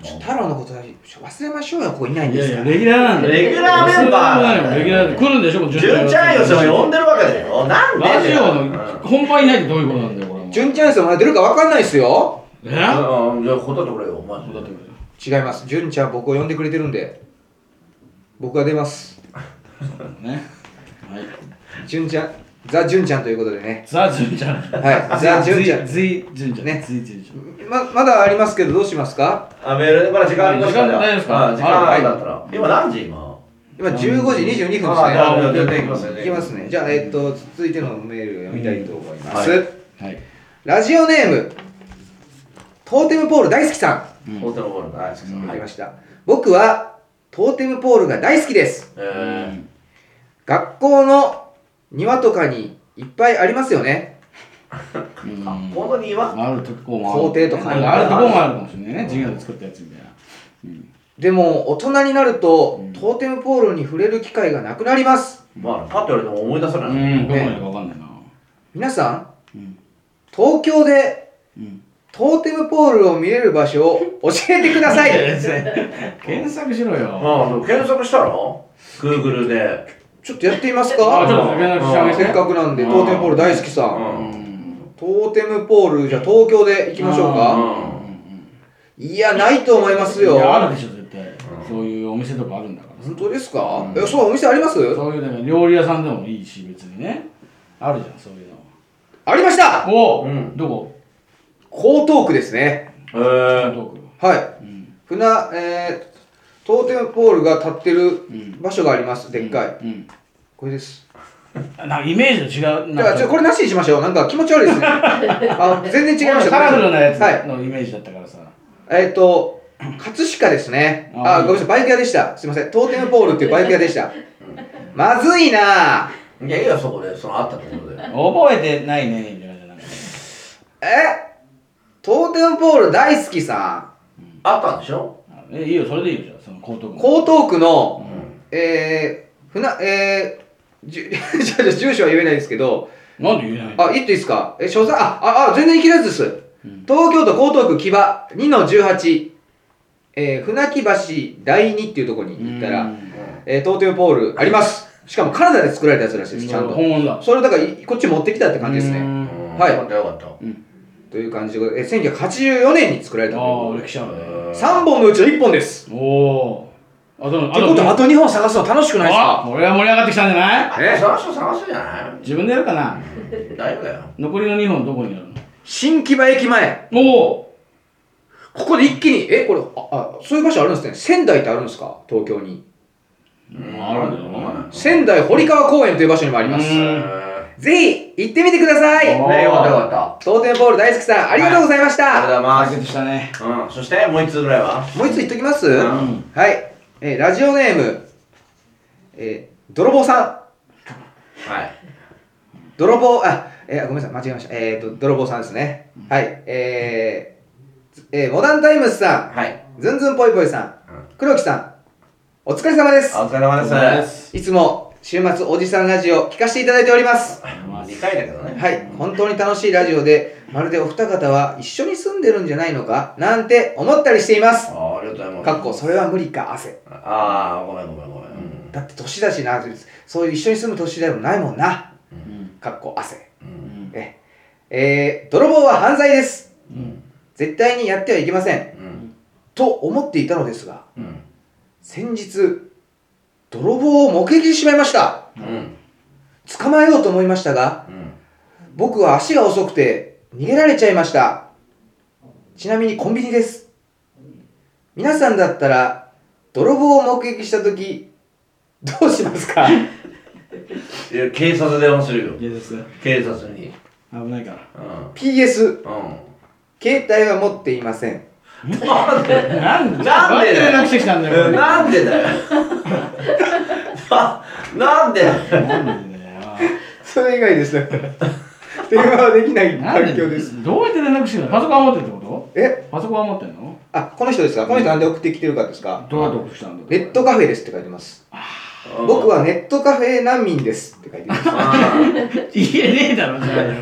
E: ちょ太郎のことは忘れましょうよ、ここいないん
D: い
E: で
D: や
E: す
D: い
E: か
D: や
E: ら。
D: レギュラーなんだよ
C: レギュラーメンバーなんだよ
D: レギュラーメンバーだよレギュラーで来るんでしょもう
C: 純ちゃんよそれ呼んでるわけだよなんで
D: ラ
C: だ
D: ジ
C: よ
D: オの本番いないってどういうことなんだよこれも
E: 純ちゃんさんまだ出るか分かんないですよ。
D: え
C: うんうんじゃあ答えてくれよお前
D: だってこ
E: 違います。純ちゃん僕を呼んでくれてるんで、僕が出ます。
D: れねはい
E: 純ちゃん、ザ・純ちゃんということでね。
D: ザ・ジュンちゃん
E: はい、
D: <laughs>
E: ザ・純ちゃん。
D: ズイ・ジュンちゃん
E: ね
D: ズイ・ジュンちゃん
E: ままだありますけど、どうしますか
C: あメールでまだ時間ありますか
D: 時間大丈夫ですか
C: あ時間あ
D: は
C: る
D: い
C: んだったら今何時今
E: 今15時22分ですね。
C: あじゃあじゃあ行きますね
E: いきますね。じゃあ、えっと、続いてのメールを読みたいと思います。
C: うん
D: はい
E: ラジオネーム、トーテムポール大好きさん。
C: 大手のボール大好きさん
E: あ
C: は
E: り
C: い
E: ました。僕は、トーテムポールが大好きです。
C: えー
E: 学校の庭とかにいっぱいありますよね。
D: うん
C: あこの庭
D: あるとこもある
E: 校庭とか
D: あるとこもあるかもしれないね授業で作ったやつみたいな
E: でも大人になると、
D: うん
E: トーテムポールに触れる機会がなくなります
C: まあ、パッと言われても思い出さない。
D: うん、どこまでかわかんないな。
E: 皆さん
D: うん。
E: 東京で
D: うん。
E: トーテムポールを見れる場所を
D: <laughs>
E: 教えてください
D: 検索しろよ。
C: まあ、検索したら ?Google で。
E: ちょっとやってみます
D: あ、ちょっ
E: か
D: と検索してあげて。
E: せっかくなんで
D: うん
E: トーテムポール大好きさ
C: うんん。
E: トーテムポールじゃあ東京で行きましょう
C: う
E: か
C: ん。
E: いやないと思います
D: い
E: よ
D: や、あるでしょ、絶対。そういうお店とかあるんだからさ
E: 本当ですか、
D: うん
E: えそうお店あります
D: そういう、だから料理屋さんでもいいし、別にね。あるじゃん、そういうの。
E: ありました
D: お
C: う
D: お
C: ん
D: どこ
E: 江東区ですね
C: えー、
D: どこ
E: はい
D: うん。
E: 船えー、トーテムポールが立ってる
D: うん
E: 場所がありますでっかい、
D: うん。
E: これです
D: なんかイメージと違う。
E: じゃあちょこれなしにしましょうなんか気持ち悪いですね
D: <laughs>
E: あ全然違いました
D: カラフルな
E: は
D: やつ
E: い
D: のイメージだったからさ。
E: えっ、と葛飾ですねあ
D: あー
E: ごめんなさいバイク屋でしたすいませんトーテムポールっていうバイク屋でしたまずいなぁ
C: いや、いいよ、そこで、その、あったところで。
D: 覚えてないね、みたいな感じじゃなくて。
E: えトーテムポール大好きさ
C: あったんでしょ
D: あえ、いいよ、それでいいよ、じゃあ、その江東区
E: ん
D: の。
E: 江東区の
D: うん
E: えー、ふなえー、じゅ <laughs> じゃあじゃあ住所は言えないですけど
D: なんで言えないの
E: あ、言っていいですかえ、所在、あ、あ、あ、全然いけるやつです。
D: うん
E: 東京都江東区木場2-18、えー、船木橋第2っていうところに行った
D: う
E: ら、
D: ん
E: えー、東京ポールあります。しかもカナダで作られたやつらしいです、ちゃんと。
D: 本物だ。
E: それをだから、いこっち持ってきたって感じです
D: う。
E: ね。
C: うんん
E: はい
C: よかった、よかった。
E: という感じで、えー、1984年に作られた
D: あ
E: と
D: あ、
E: いう
D: 歴史あるね。
E: 3本のうちの1本です。
D: おおー。あ、でも、
E: ってことは、あと2本探すの楽しくないです
D: あ、
E: か
D: 俺は盛り上がってきたんじゃない
C: えその人探すじゃ
D: <laughs>
C: な
D: 自分でやるかない
C: 大丈夫だよ。
D: 残りの2本どこにある
E: 新木場駅前。
D: のおお
E: ここで一気に、え、これ、あ、あ、そういう場所あるんですね。仙台ってあるんですか東京に。
D: うんあるんだよな
E: 仙台堀川公園という場所にもあります。
D: うん
C: ね
E: ぜひ行ってみてください
D: おー
C: えよかったよかった。
E: トーテンボール大好きさんありがとうございました、
C: ありがとうござい
D: 解決したね。
C: ます。うん。そして、もう一通ぐらいは
E: もう一つ言っときます、
C: う
D: うんん。
E: はい、えーラジオネーム、えー泥棒さん
C: はい。
E: 泥棒あ、えーごめんなさい間違えましたえっ、と泥棒さんですね、はいえーずえーモダンタイムスさ
C: はい。
E: んズンズンぽいぽいさん
C: うん
E: 黒木さんお疲れ様です
C: あお疲れ様です。
E: いつも週末おじさんラジオ聞かせていただいております
C: まあ、2回だけどね。
E: はい、本当に楽しいラジオで、まるでお二方は一緒に住んでるんじゃないのかなんて思ったりしています。
C: ああ、ありがとうござい
E: かっ
C: ま
E: こ、
C: す。
E: それは無理か、汗。
C: ああ、ごめんごめんごめん。うん
E: だって年だしな、そういう一緒に住む年でもないもんな。かっこ、汗。
C: うん。
E: え、えー、泥棒は犯罪です。
C: うん。
E: 絶対にやってはいけません。
C: うん。
E: と思っていたのですが、
C: うん。
E: 先日、泥棒を目撃してしまいました。
C: うん。
E: 捕まえようと思いましたが、
C: うん。
E: 僕は足が遅くて逃げられちゃいましたちなみにコンビニです皆さんだったら泥棒を目撃した時どうしますか
C: いや警察電話するよ。
D: 警察
C: 警察に。
D: 危ないから。
C: うん。
E: PS
C: う
E: 携帯は持っていません
C: ん。なんで
D: なんで
C: なんで
D: どうやって連絡してきたんだよ。
C: うんなんでだよ。 <laughs> な、なんで
D: なんでだよ。
E: それ以外です
D: <laughs>
E: ね電話はできない
D: なんで
E: 環境です
D: どうやって連絡してるのパソコンは持ってるってこ
E: え
D: とパソコンは持ってるの
E: あこの人ですかこの人なんで送ってきてるかですか
D: どうやって送ってきたんだ
E: ネットカフェですって書いてます
C: うん
E: 僕はネットカフェ難民ですって書いてます
D: <laughs>
C: うん
D: 言えねえだろ、じゃあよ。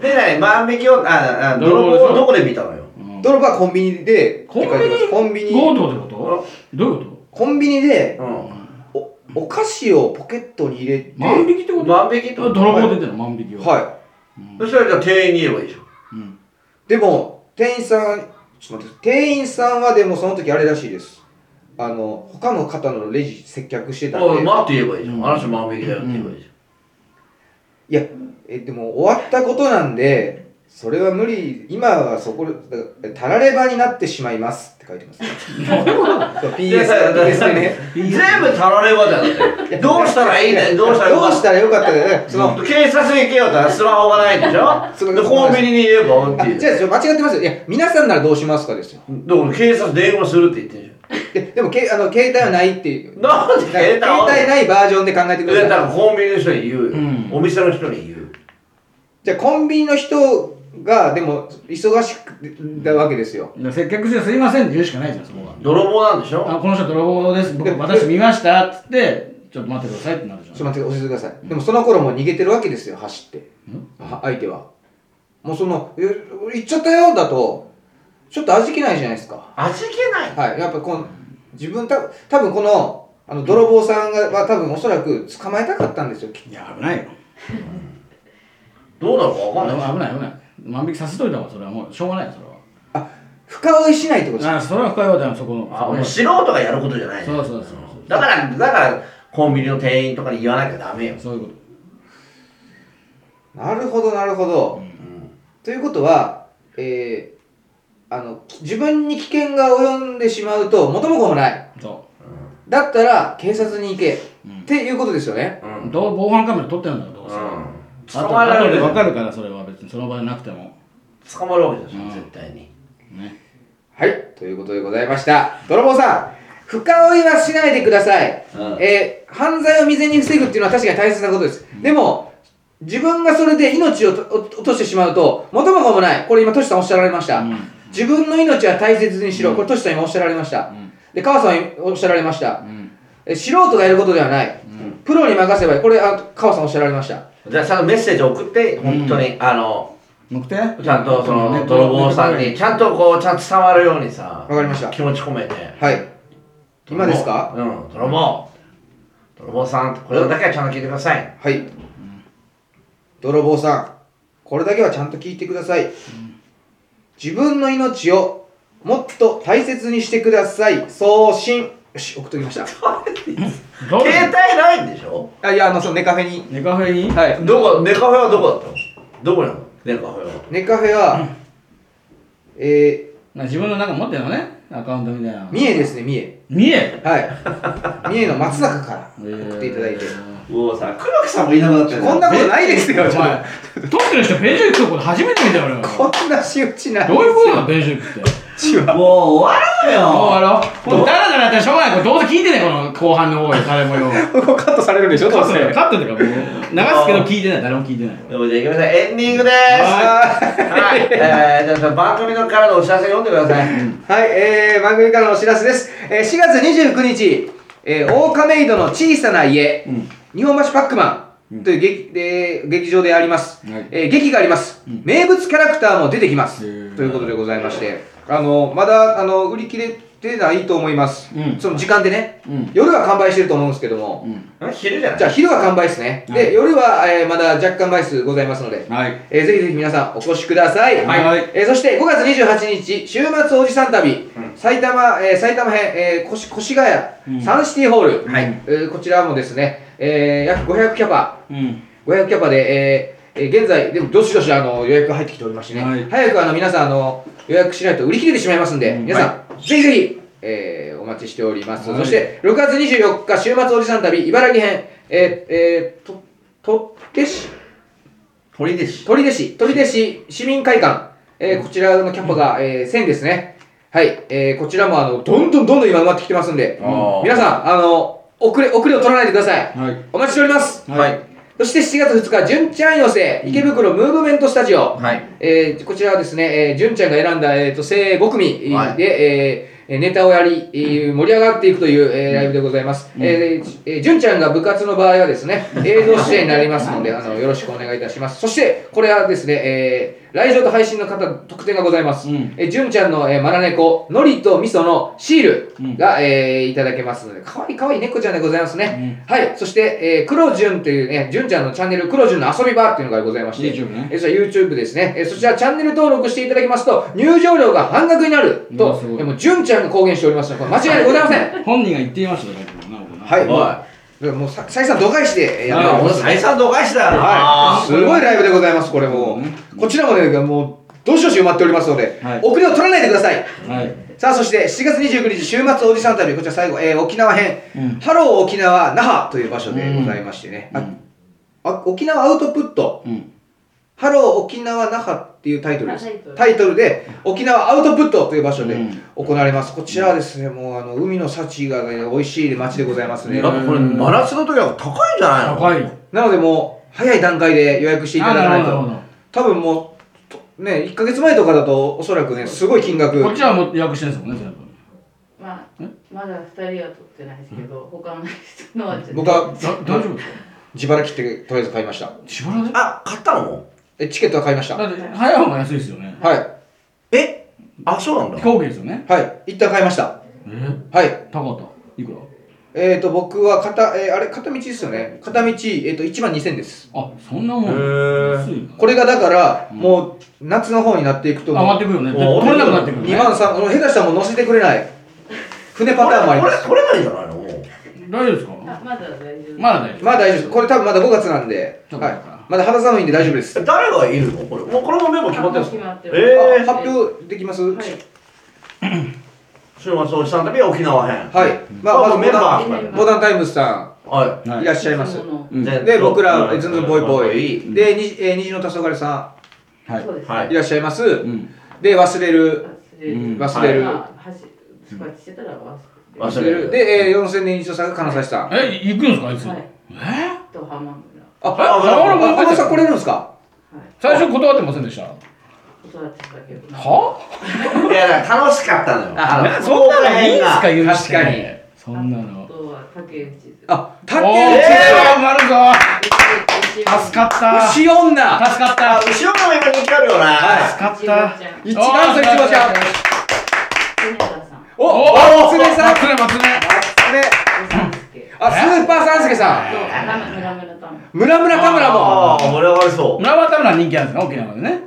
C: で、なに、万引きを、あ、あ、泥棒をどこで見たのよ。
D: うん
E: 泥棒はコンビニでって
D: コ
E: 書い
D: ン
E: てますコンビ
D: ビ
E: ニ
D: ニ強盗ってことどういうこ
E: コンビニで
C: う
E: おお菓子をポケットに入れて、
D: と万引きってこ
C: ん。
D: と
C: 万引きと
D: 泥棒出てるの万引きは。
E: は
D: う
C: そ
D: ん
C: したらじゃあ店員に言えばいいじゃん。
D: うん。
E: い。でも、店員さん、ちょっと待って、店員さんはでもその時あれらしいです。あの、他の方のレジ接客してたん
C: おい、
E: で、
C: 待って言えばいいじゃ
D: うん
C: ん。あの人万引きだよって言えばいいじ
E: いや、え、でも終わったことなんで、それは無理、今はそこ、だたらればになってしまいますって書いてます。
C: <laughs>
E: そう
C: いやい
E: PS
C: やいや
E: PS でね。
C: ゃん。全部たらればじゃんって。 <laughs> どうしたらいい <laughs> ねどうしたら
E: どう
C: よかっ
E: したらよかったら、その、
C: た警察に行けよって言ったらスマホがないんでし
E: そ
C: ょ
E: う
C: で、コンビニに言えば
E: あ
C: って
E: じゃ
C: いう。
E: あちょ間違ってますよ。いや、皆さんならどうしますかですよ。
C: どこ警察電話するって言ってんじ
E: ででもけあの、携帯はないっていう
C: ゃ。ん。なんで
E: だか
C: 携
E: ら
C: 帯
E: 携帯
C: ない
E: ないバージョンで考えてくださ
C: コ
E: い
C: ンビニの人に言うよ
D: うん。
C: お店の人に言う。
E: じゃあコンビニの人が、でも、忙しくだわけですよ。
D: 接客してすいませんって言うしかないじゃん、そこは。
C: 泥棒なんでしょ
D: あ、この人泥棒です。僕、
E: で
D: 私見ましたっつって、ちょっと待ってくださいってなるじゃん。
E: ちょっと待って、教えてください。でも、その頃もう逃げてるわけですよ、走って。
D: ん
E: あ相手は。もうその、え行っちゃったよだと、ちょっと味気ないじゃないですか。
C: 味気ない
E: はい、やっぱこの自分た多分このあの泥棒さんがは多分おそらく捕まえたかったんですよ。
D: いや、危ないよ。
C: どうだろうか
D: 危
C: 分かんない
D: ない、危ない。万引きさせといた方が、それはもう、しょうがないよ、それは。
E: 深追いしないってことです
D: あそれは深いわだよそこの
C: あもう
D: そ
C: 素人がやることじゃないじゃん
D: うそうそうそう
C: だからだからコンビニの店員とかに言わなきゃダメよ
D: そういうこ
E: なるほどなるほど。ということは、えーあのき自分に危険が及んでしまうと元も子もない。
D: とそ
E: だったら警察に行け、
D: うん
E: っていうことですよね。
C: うんう
D: うんどう防犯カメラ撮ってるんだろうどうせあと
C: 捕まえられ
D: 後
C: る
D: でわ
C: よ
D: かるからそれは別にその場でなくても
C: 捕まるわけでしょ、
D: うん
C: 絶対に
D: ね
E: はい、ということでございました。泥棒さん、深追いはしないでください。
C: うん
E: えー犯罪を未然に防ぐっていうのは確かに大切なことです。でも、自分がそれで命をとお落としてしまうと、元も子もない。これ今、トシさんおっしゃられました。
D: うん
E: 自分の命は大切にしろ。
D: うん
E: これトシさん今おっしゃられました。
D: うん
E: で、川さんおっしゃられました
D: う。ん
E: え素人がやることではない。
D: うん
E: プロに任せばいい。これ、あ川さんおっしゃられました。
C: じゃあちゃんとメッセージ送って本当に、あの
D: 目的
C: ちゃんとその泥棒さんにちゃんとこうちゃんと伝わるようにさ
E: わかりました
C: 気持ち込めて
E: はい。今ですか
C: 泥棒うん泥棒泥棒さんこれだけはちゃんと聞いてください
E: はい。泥棒さん、これだけはちゃんと聞いてください。自分の命をもっと大切にしてください。送信。よし、送っときました。
D: どう
C: 携帯ないんでしょ
E: <laughs> あいや、あの、そのネカフェに。
D: ネカフェに
E: はい。
C: どこネカフェはどこだったのどこなのネカフェは
E: ネカフェは、え
D: な自分のなんか持ってるのねアカウントみたいな
E: ー、三重ですね、三重。
D: 見え
E: はい。 <laughs> 三重の松坂から送っていただいて。
C: もうさ黒木さんもいなくなっちゃ
E: こんなことないですよ、
D: お
E: お
D: 前
E: 前。
D: 撮ってる人ペンション行くとこで初めて見たよ俺は
E: <laughs> こんな仕打ちない。
D: どういうことなのペンション行くって
C: もう終わろうよ
D: もう終わろうもうダラダラやったらしょうがないこれどうせ聞いてねこの後半の方よ誰もよ
E: ここカットされるでしょ、ど
D: カ
E: う
D: ットだよ
E: せ。
D: カットだよもう流すけど聞いてない誰も聞いてない
C: でもじゃあ行きましょうエンディングでーすはい、えー、じゃあその番組のからのお知らせ読んでください、
E: はい、えー、番組からのお知らせです。えー、4月29日、えー、大亀戸の小さな家、日本橋パックマンという劇,、えー劇場であります、
D: はい
E: えー劇があります、名物キャラクターも出てきます。
D: へー
E: ということでございまして、あの、まだ、あの、売り切れてないと思います。
D: うん
E: その時間でね、
D: うん
E: 夜は完売してると思うんですけども、
D: うん
C: うん、昼じゃない
E: じゃあ昼は完売ですね。で、
D: はい
E: 夜は、えーまだ若干枚数ございますので、
D: はい
E: えーぜひぜひ皆さんお越しください。
D: はい
E: えーそして5月28日、週末おじさん旅、埼玉、えー埼玉編、えー、越越谷、
D: ん
E: サンシティホール、
D: はい
E: えーこちらもですね、えー約500キャパ、
D: うん
E: 500キャパで、えーえー現在、でもどしどしあの予約が入ってきておりましてね、
D: はい
E: 早くあの皆さんあの予約しないと売り切れてしまいますんで、
D: うん
E: 皆さん、ぜひぜひ、えーお待ちしております。
D: はい
E: そして、6月24日、週末おじさん旅、茨城編、えーえーと、とってし、
C: 鳥でし
E: 取手市、取手市市民会館、えーこちらのキャパが、えー1000ですね。はい、えーこちらもあの、どんどんどんどん今埋まってきてますんで、
C: あー
E: 皆さん、あの、遅れ、遅れを取らないでください。
D: はい
E: お待ちしております。
D: はい
E: そして7月2日、純ちゃん寄せ、池袋ムーブメントスタジオ。
C: はい
E: えーこちらはですね、えー、純ちゃんが選んだ、えー、と生5組で、
C: はい
E: えーネタをやり、えー盛り上がっていくという、えーライブでございます。えーえー、純ちゃんが部活の場合はですね、映像出演になりますので、あの、よろしくお願いいたします。そして、これはですね、えー来場と配信の方、特典がございます。
D: うん
E: えー純ちゃんの、えー、マラネコ、のりとみそのシールが、えーいただけますので、かわいいかわいい猫ちゃんでございますね。はい。そして、えー、黒純というね、純ちゃんのチャンネル、黒純の遊び場っていうのがございまして、
D: YouTube ね
E: えそちら YouTube ですね。えそちらチャンネル登録していただきますと、入場料が半額になる
D: うわ
E: と
D: すごい、
E: でも、純ちゃんが公言しておりますので、これ間違いでございません。
D: 本人が言っていましたけどな僕な
E: はい。
C: おい
E: もう、もうさ再三度外視でやって
D: あ
E: おり
D: ー
C: も
E: ま
C: う
E: す。
C: 採算度外視だよな、
E: はい。すごいライブでございます、これも
D: うん
E: う。こちらもね、もう、どしどし埋まっておりますので、
D: はい
E: 遅れを取らないでください。
D: はい
E: さあ、そして、7月29日、週末おじさん旅、こちら最後、えー沖縄編、
D: うん
E: ハロー沖縄那覇という場所でございましてね。
D: う
E: あ
D: ん
E: あ沖縄アウトプット。
D: うん
E: ハロー沖縄那覇っていうタイトルです
F: あタイト。ル
E: タイトルで、沖縄アウトプットという場所で
D: うん
E: 行われます。こちらはですね、もうあの海の幸が、ね、美味しい町でございますね。
C: だってこれ真夏の時は高いんじゃないの
D: 高いよ
E: なのでもう、早い段階で予約していただかない
D: あなるほどなる
E: と
D: ほ
E: 多
D: ど。
E: 分もうと、ね、1ヶ月前とかだと、おそらくね、すごい金額。
D: こっちはもう予約してるんですもんね、全部。
F: まあ、まだ二人は取ってないですけど、他の人のはちょっと。
E: 僕は
D: だ大丈夫ですか
E: 自腹切って、とりあえず買いました。
D: しばらく
C: あ、買ったの
E: え、チケットは買いました。
D: だ
E: はい。
D: って、早い方が安いですよね。
C: えあ、そうなん
D: 飛
C: だ。
D: 行機ですよね。
E: はい。一旦買いました。
D: え
E: はい。
D: 高かった。いくら
E: えーと、僕は片、えーあれ、片道ですよね。片道、えーと、1万2000です。
D: あ、そんなもん。
C: へ
D: 安いな。
E: これがだから、
D: うん
E: もう、夏の方になっていくと、
D: 上
E: もう
D: がってくるよね。
C: もう
D: 取れなくなってく
E: 2
D: るね。
E: 万3、もう下手したらもう乗せてくれない。船パターンもあり
C: こ
E: ま
C: れ、
E: す。
C: これ取れないんじゃないのもう。
D: 大丈夫です
F: あ
D: か
F: まだ大丈夫。
D: まだ大丈夫。
E: まあ大丈夫です。これ多分まだ5月なんで、
D: ちょ
E: は
D: っ
E: い
D: と待ってから。
E: まだ肌寒いんで大丈夫です。
C: え誰がいるのこれ。もうこれもメモ決まってるんですか
F: あもう決まってる
C: え
E: あ
C: ー
E: 発表できます
F: はい。
C: 週末おじさん旅沖縄編。
E: はい。まあ、
C: あ
E: まず
C: もうメン
E: モ
C: バ
E: ダ
C: ー
E: ン、
C: 集ま
F: る
E: モダンタイムズさ
C: は
E: ん、
D: はいい
E: らっしゃいます
F: そ。の
D: うん
C: い。
E: で、僕ら、
C: う
E: えずんずんボイボイ。で、にえー虹の黄昏さ
D: はい
F: そうです。
C: はい
E: ん、いらっしゃいます。
D: うん。
E: で、忘れる。
F: 忘れる。
D: うん
E: 忘れる。
F: まあ走スパッチしてたら忘れ
C: 忘
E: 忘れる。で、えー、4000年以上さんが金指さん。
D: え、行くんですかあいつ。
F: はい
D: え
F: ると浜村。
E: あ、あ、
C: あ
D: 浜
E: 浜
D: 村も
E: 村
D: 来
E: さん来
D: て
E: れ
D: る。
E: るんですか
F: はい。
D: 最初断ってませんでした。
F: 断ってたけど。
D: はい
C: や、だから楽しかったのよ。あの
D: そんなのいいんすか
C: 福岡編が
D: 許して。
E: 確かに。
D: そんなの
F: あ。とは竹内です。
E: あ、
D: おー
E: 竹
D: 埋まるぞ
F: 竹内
D: 助かっ
E: 内
D: た助
E: 牛女
D: かった
C: あ、後ろから今人気あるよな。
E: は
D: 助か
F: 一
D: っ
F: 郎ちゃ
E: 一
D: た
F: ん
E: 番最初一番最初
F: 常田さん。
E: お、
D: お
E: 松根さん
D: 松根松根
E: 松根
F: おさんすけ。
E: あ、スーパー三助
F: と、
E: さん
F: 村村村田も。
E: 村村田村も
C: ああ、盛り上がりそ
D: 村田村人気なんですね沖縄でね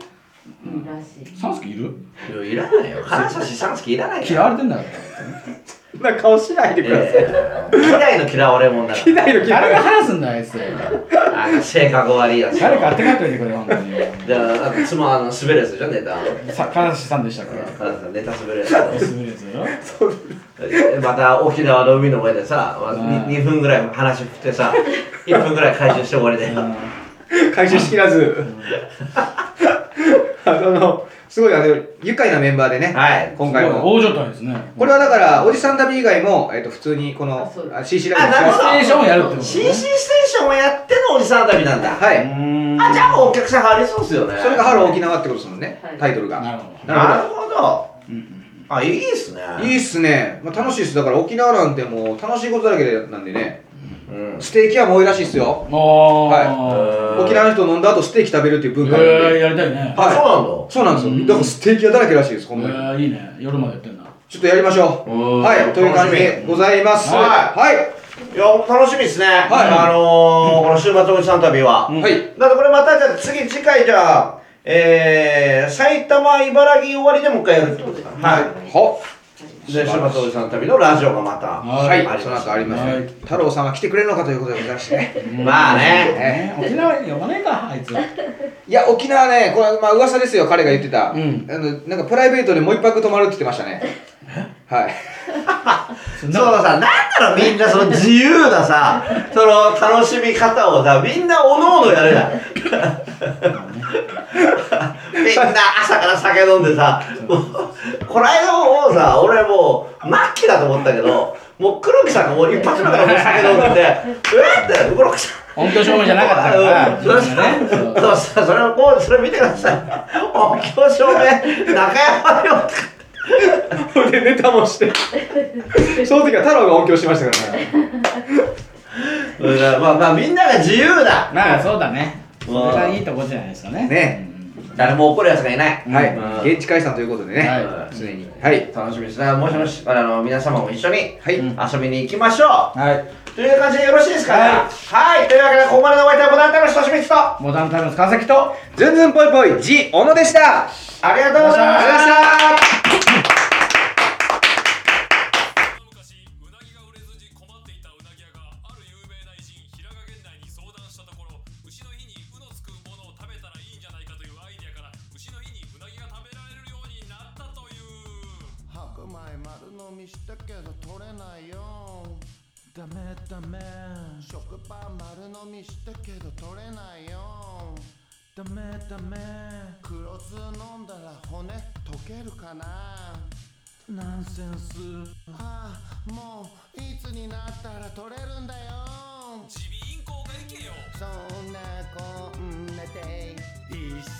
F: うん、らしい。
D: 三助いる
C: う。いや、いらないよ。金指さん好きいらないよ。
D: 嫌われてんだから
E: そんな顔しないでください。
C: ええ嫌いの嫌われ者
D: <laughs>
C: だから。
E: 機内の機
D: 誰
E: 内
D: が話すんだよあいつ
C: あ性格悪いやつ。
D: 誰か当てかっといてくれ本当に
C: じゃあ、つまあの滑るやつじゃんネタ。
D: さ金指さんでしたから
C: カナさんネタ滑るや
D: お
C: つ。
D: すすめですよ
C: また沖縄の海の上でさ、まあ
D: うん
C: に2分ぐらい話振って
D: <laughs>
C: さ、1分ぐらい回収して終わりだよ。
E: 回収しきらずあのすごいあの愉快なメンバーでね、
C: はい。
E: 今回も
D: 大所帯ですね
E: これはだからおじさん旅以外も、えっと普通にこ
F: あ
E: の
F: そうです
E: あ CC ラ
C: あ、
E: イブ
C: なる
E: で
C: ほ
E: す
C: ど。
D: ステーションをやるってことね
C: CC ステーションをやってのおじさん旅なんだ。
E: は
D: う
E: い
D: ーん
C: あ、じゃあもうお客さん入りそうっすよね。
E: それが「ハロー沖縄」ってことですもんね、
F: はい
E: タイトルが
D: なるほど
C: なるほど。
D: うんうん
C: あ、いいっすね。
E: いいっすね、まあ、楽しいっすだから沖縄なんてもう楽しいことだらけなんでね
C: うん。
E: ステーキ屋も多いらしいっすよ
D: おー
E: 沖縄の人飲んだ後ステーキ食べるっていう文化なん
D: えー
E: で、
D: やりたいね
C: あ、
E: は
C: そ
E: いそうなんですよ、
D: うん
E: だからステーキ屋だらけらしいですほんまに、
D: えーいいね夜までやってんな
E: ちょっとやりましょ
C: う
E: う
C: なんだ。
E: はいという感じでございます
C: は
E: はい
C: いや、楽しみですね。
E: い
C: あのー、この週末おじさん旅は。
D: うん
E: はい。
C: だってこれまたじゃあ次、次回じゃあ、えー、埼玉、茨城終わりでもう一回やるってことですかは。
E: は
C: で、
E: い
C: 週末おじさん旅のラジオがまた。
E: い。
D: はい
E: はい。その後ありまし
D: は
E: た
D: い
E: 太郎さんは来てくれるのかということでございましてね。
C: まあね。
D: ね沖縄に呼ばねえかあいつ
E: いや、沖縄ね、これ、まあ、噂ですよ、彼が言ってた。
D: うん
E: あの、なんかプライベートでもう一泊泊まるって言ってましたね。はい。
C: そ
D: そ
C: うださ、なんなのみんなその自由なさ、その楽しみ方をさ、みんなおのおのやるやん。みんな朝から酒飲んでさ、もうこないだもうさ、俺もう末期だと思ったけど、もう黒木さんがもう一発目からもう酒飲んでて、えって黒木さん。
D: 音響証明じゃなかったから
C: うんそうそう
D: 自分がね
C: そうそう、それをこう、それ見てください。音響証明、中山亮とか。
E: で、ネタもして。 <laughs> その時は太郎が音響してましたからね。
C: うんまあまあ、みんなが自由だ。
D: まあそうだねそ
C: うん
D: れがいいとこじゃないですかね
E: ね
C: 誰も怒るやつがいない。
E: は
C: うん
E: い。現地解散ということでね。
D: はい
E: 常に。はい。
C: 楽しみですね。もしもし、あの、皆様も一緒に
E: はい。
D: うん
C: 遊びに行きましょう。
D: はい
C: という感じでよろしいですかね。はい。というわけで、ここまでのお相手はボタンタイムの人しみつと、あ
D: モダンタイムズ川崎と
E: ずんずんぽいぽい、ジ・オノでした。
C: りがとうございま
E: ありがとうござい
C: した。
H: 昔うなぎが売れずに困っていたうなぎ屋がある有名な偉人平賀源内に相談したところ牛の日にうのつくものを食べたらいいんじゃないかというアイデアから牛の日にうなぎが食べられるようになったという
B: 白米丸飲みしたけど取れないよダメダメ食パン丸飲みしたけど取れないよダメダメ黒酢飲んだら骨溶けるかなナンセンスああもういつになったら取れるんだよ
H: 耳鼻咽喉がいけよ
B: そんなこんなで一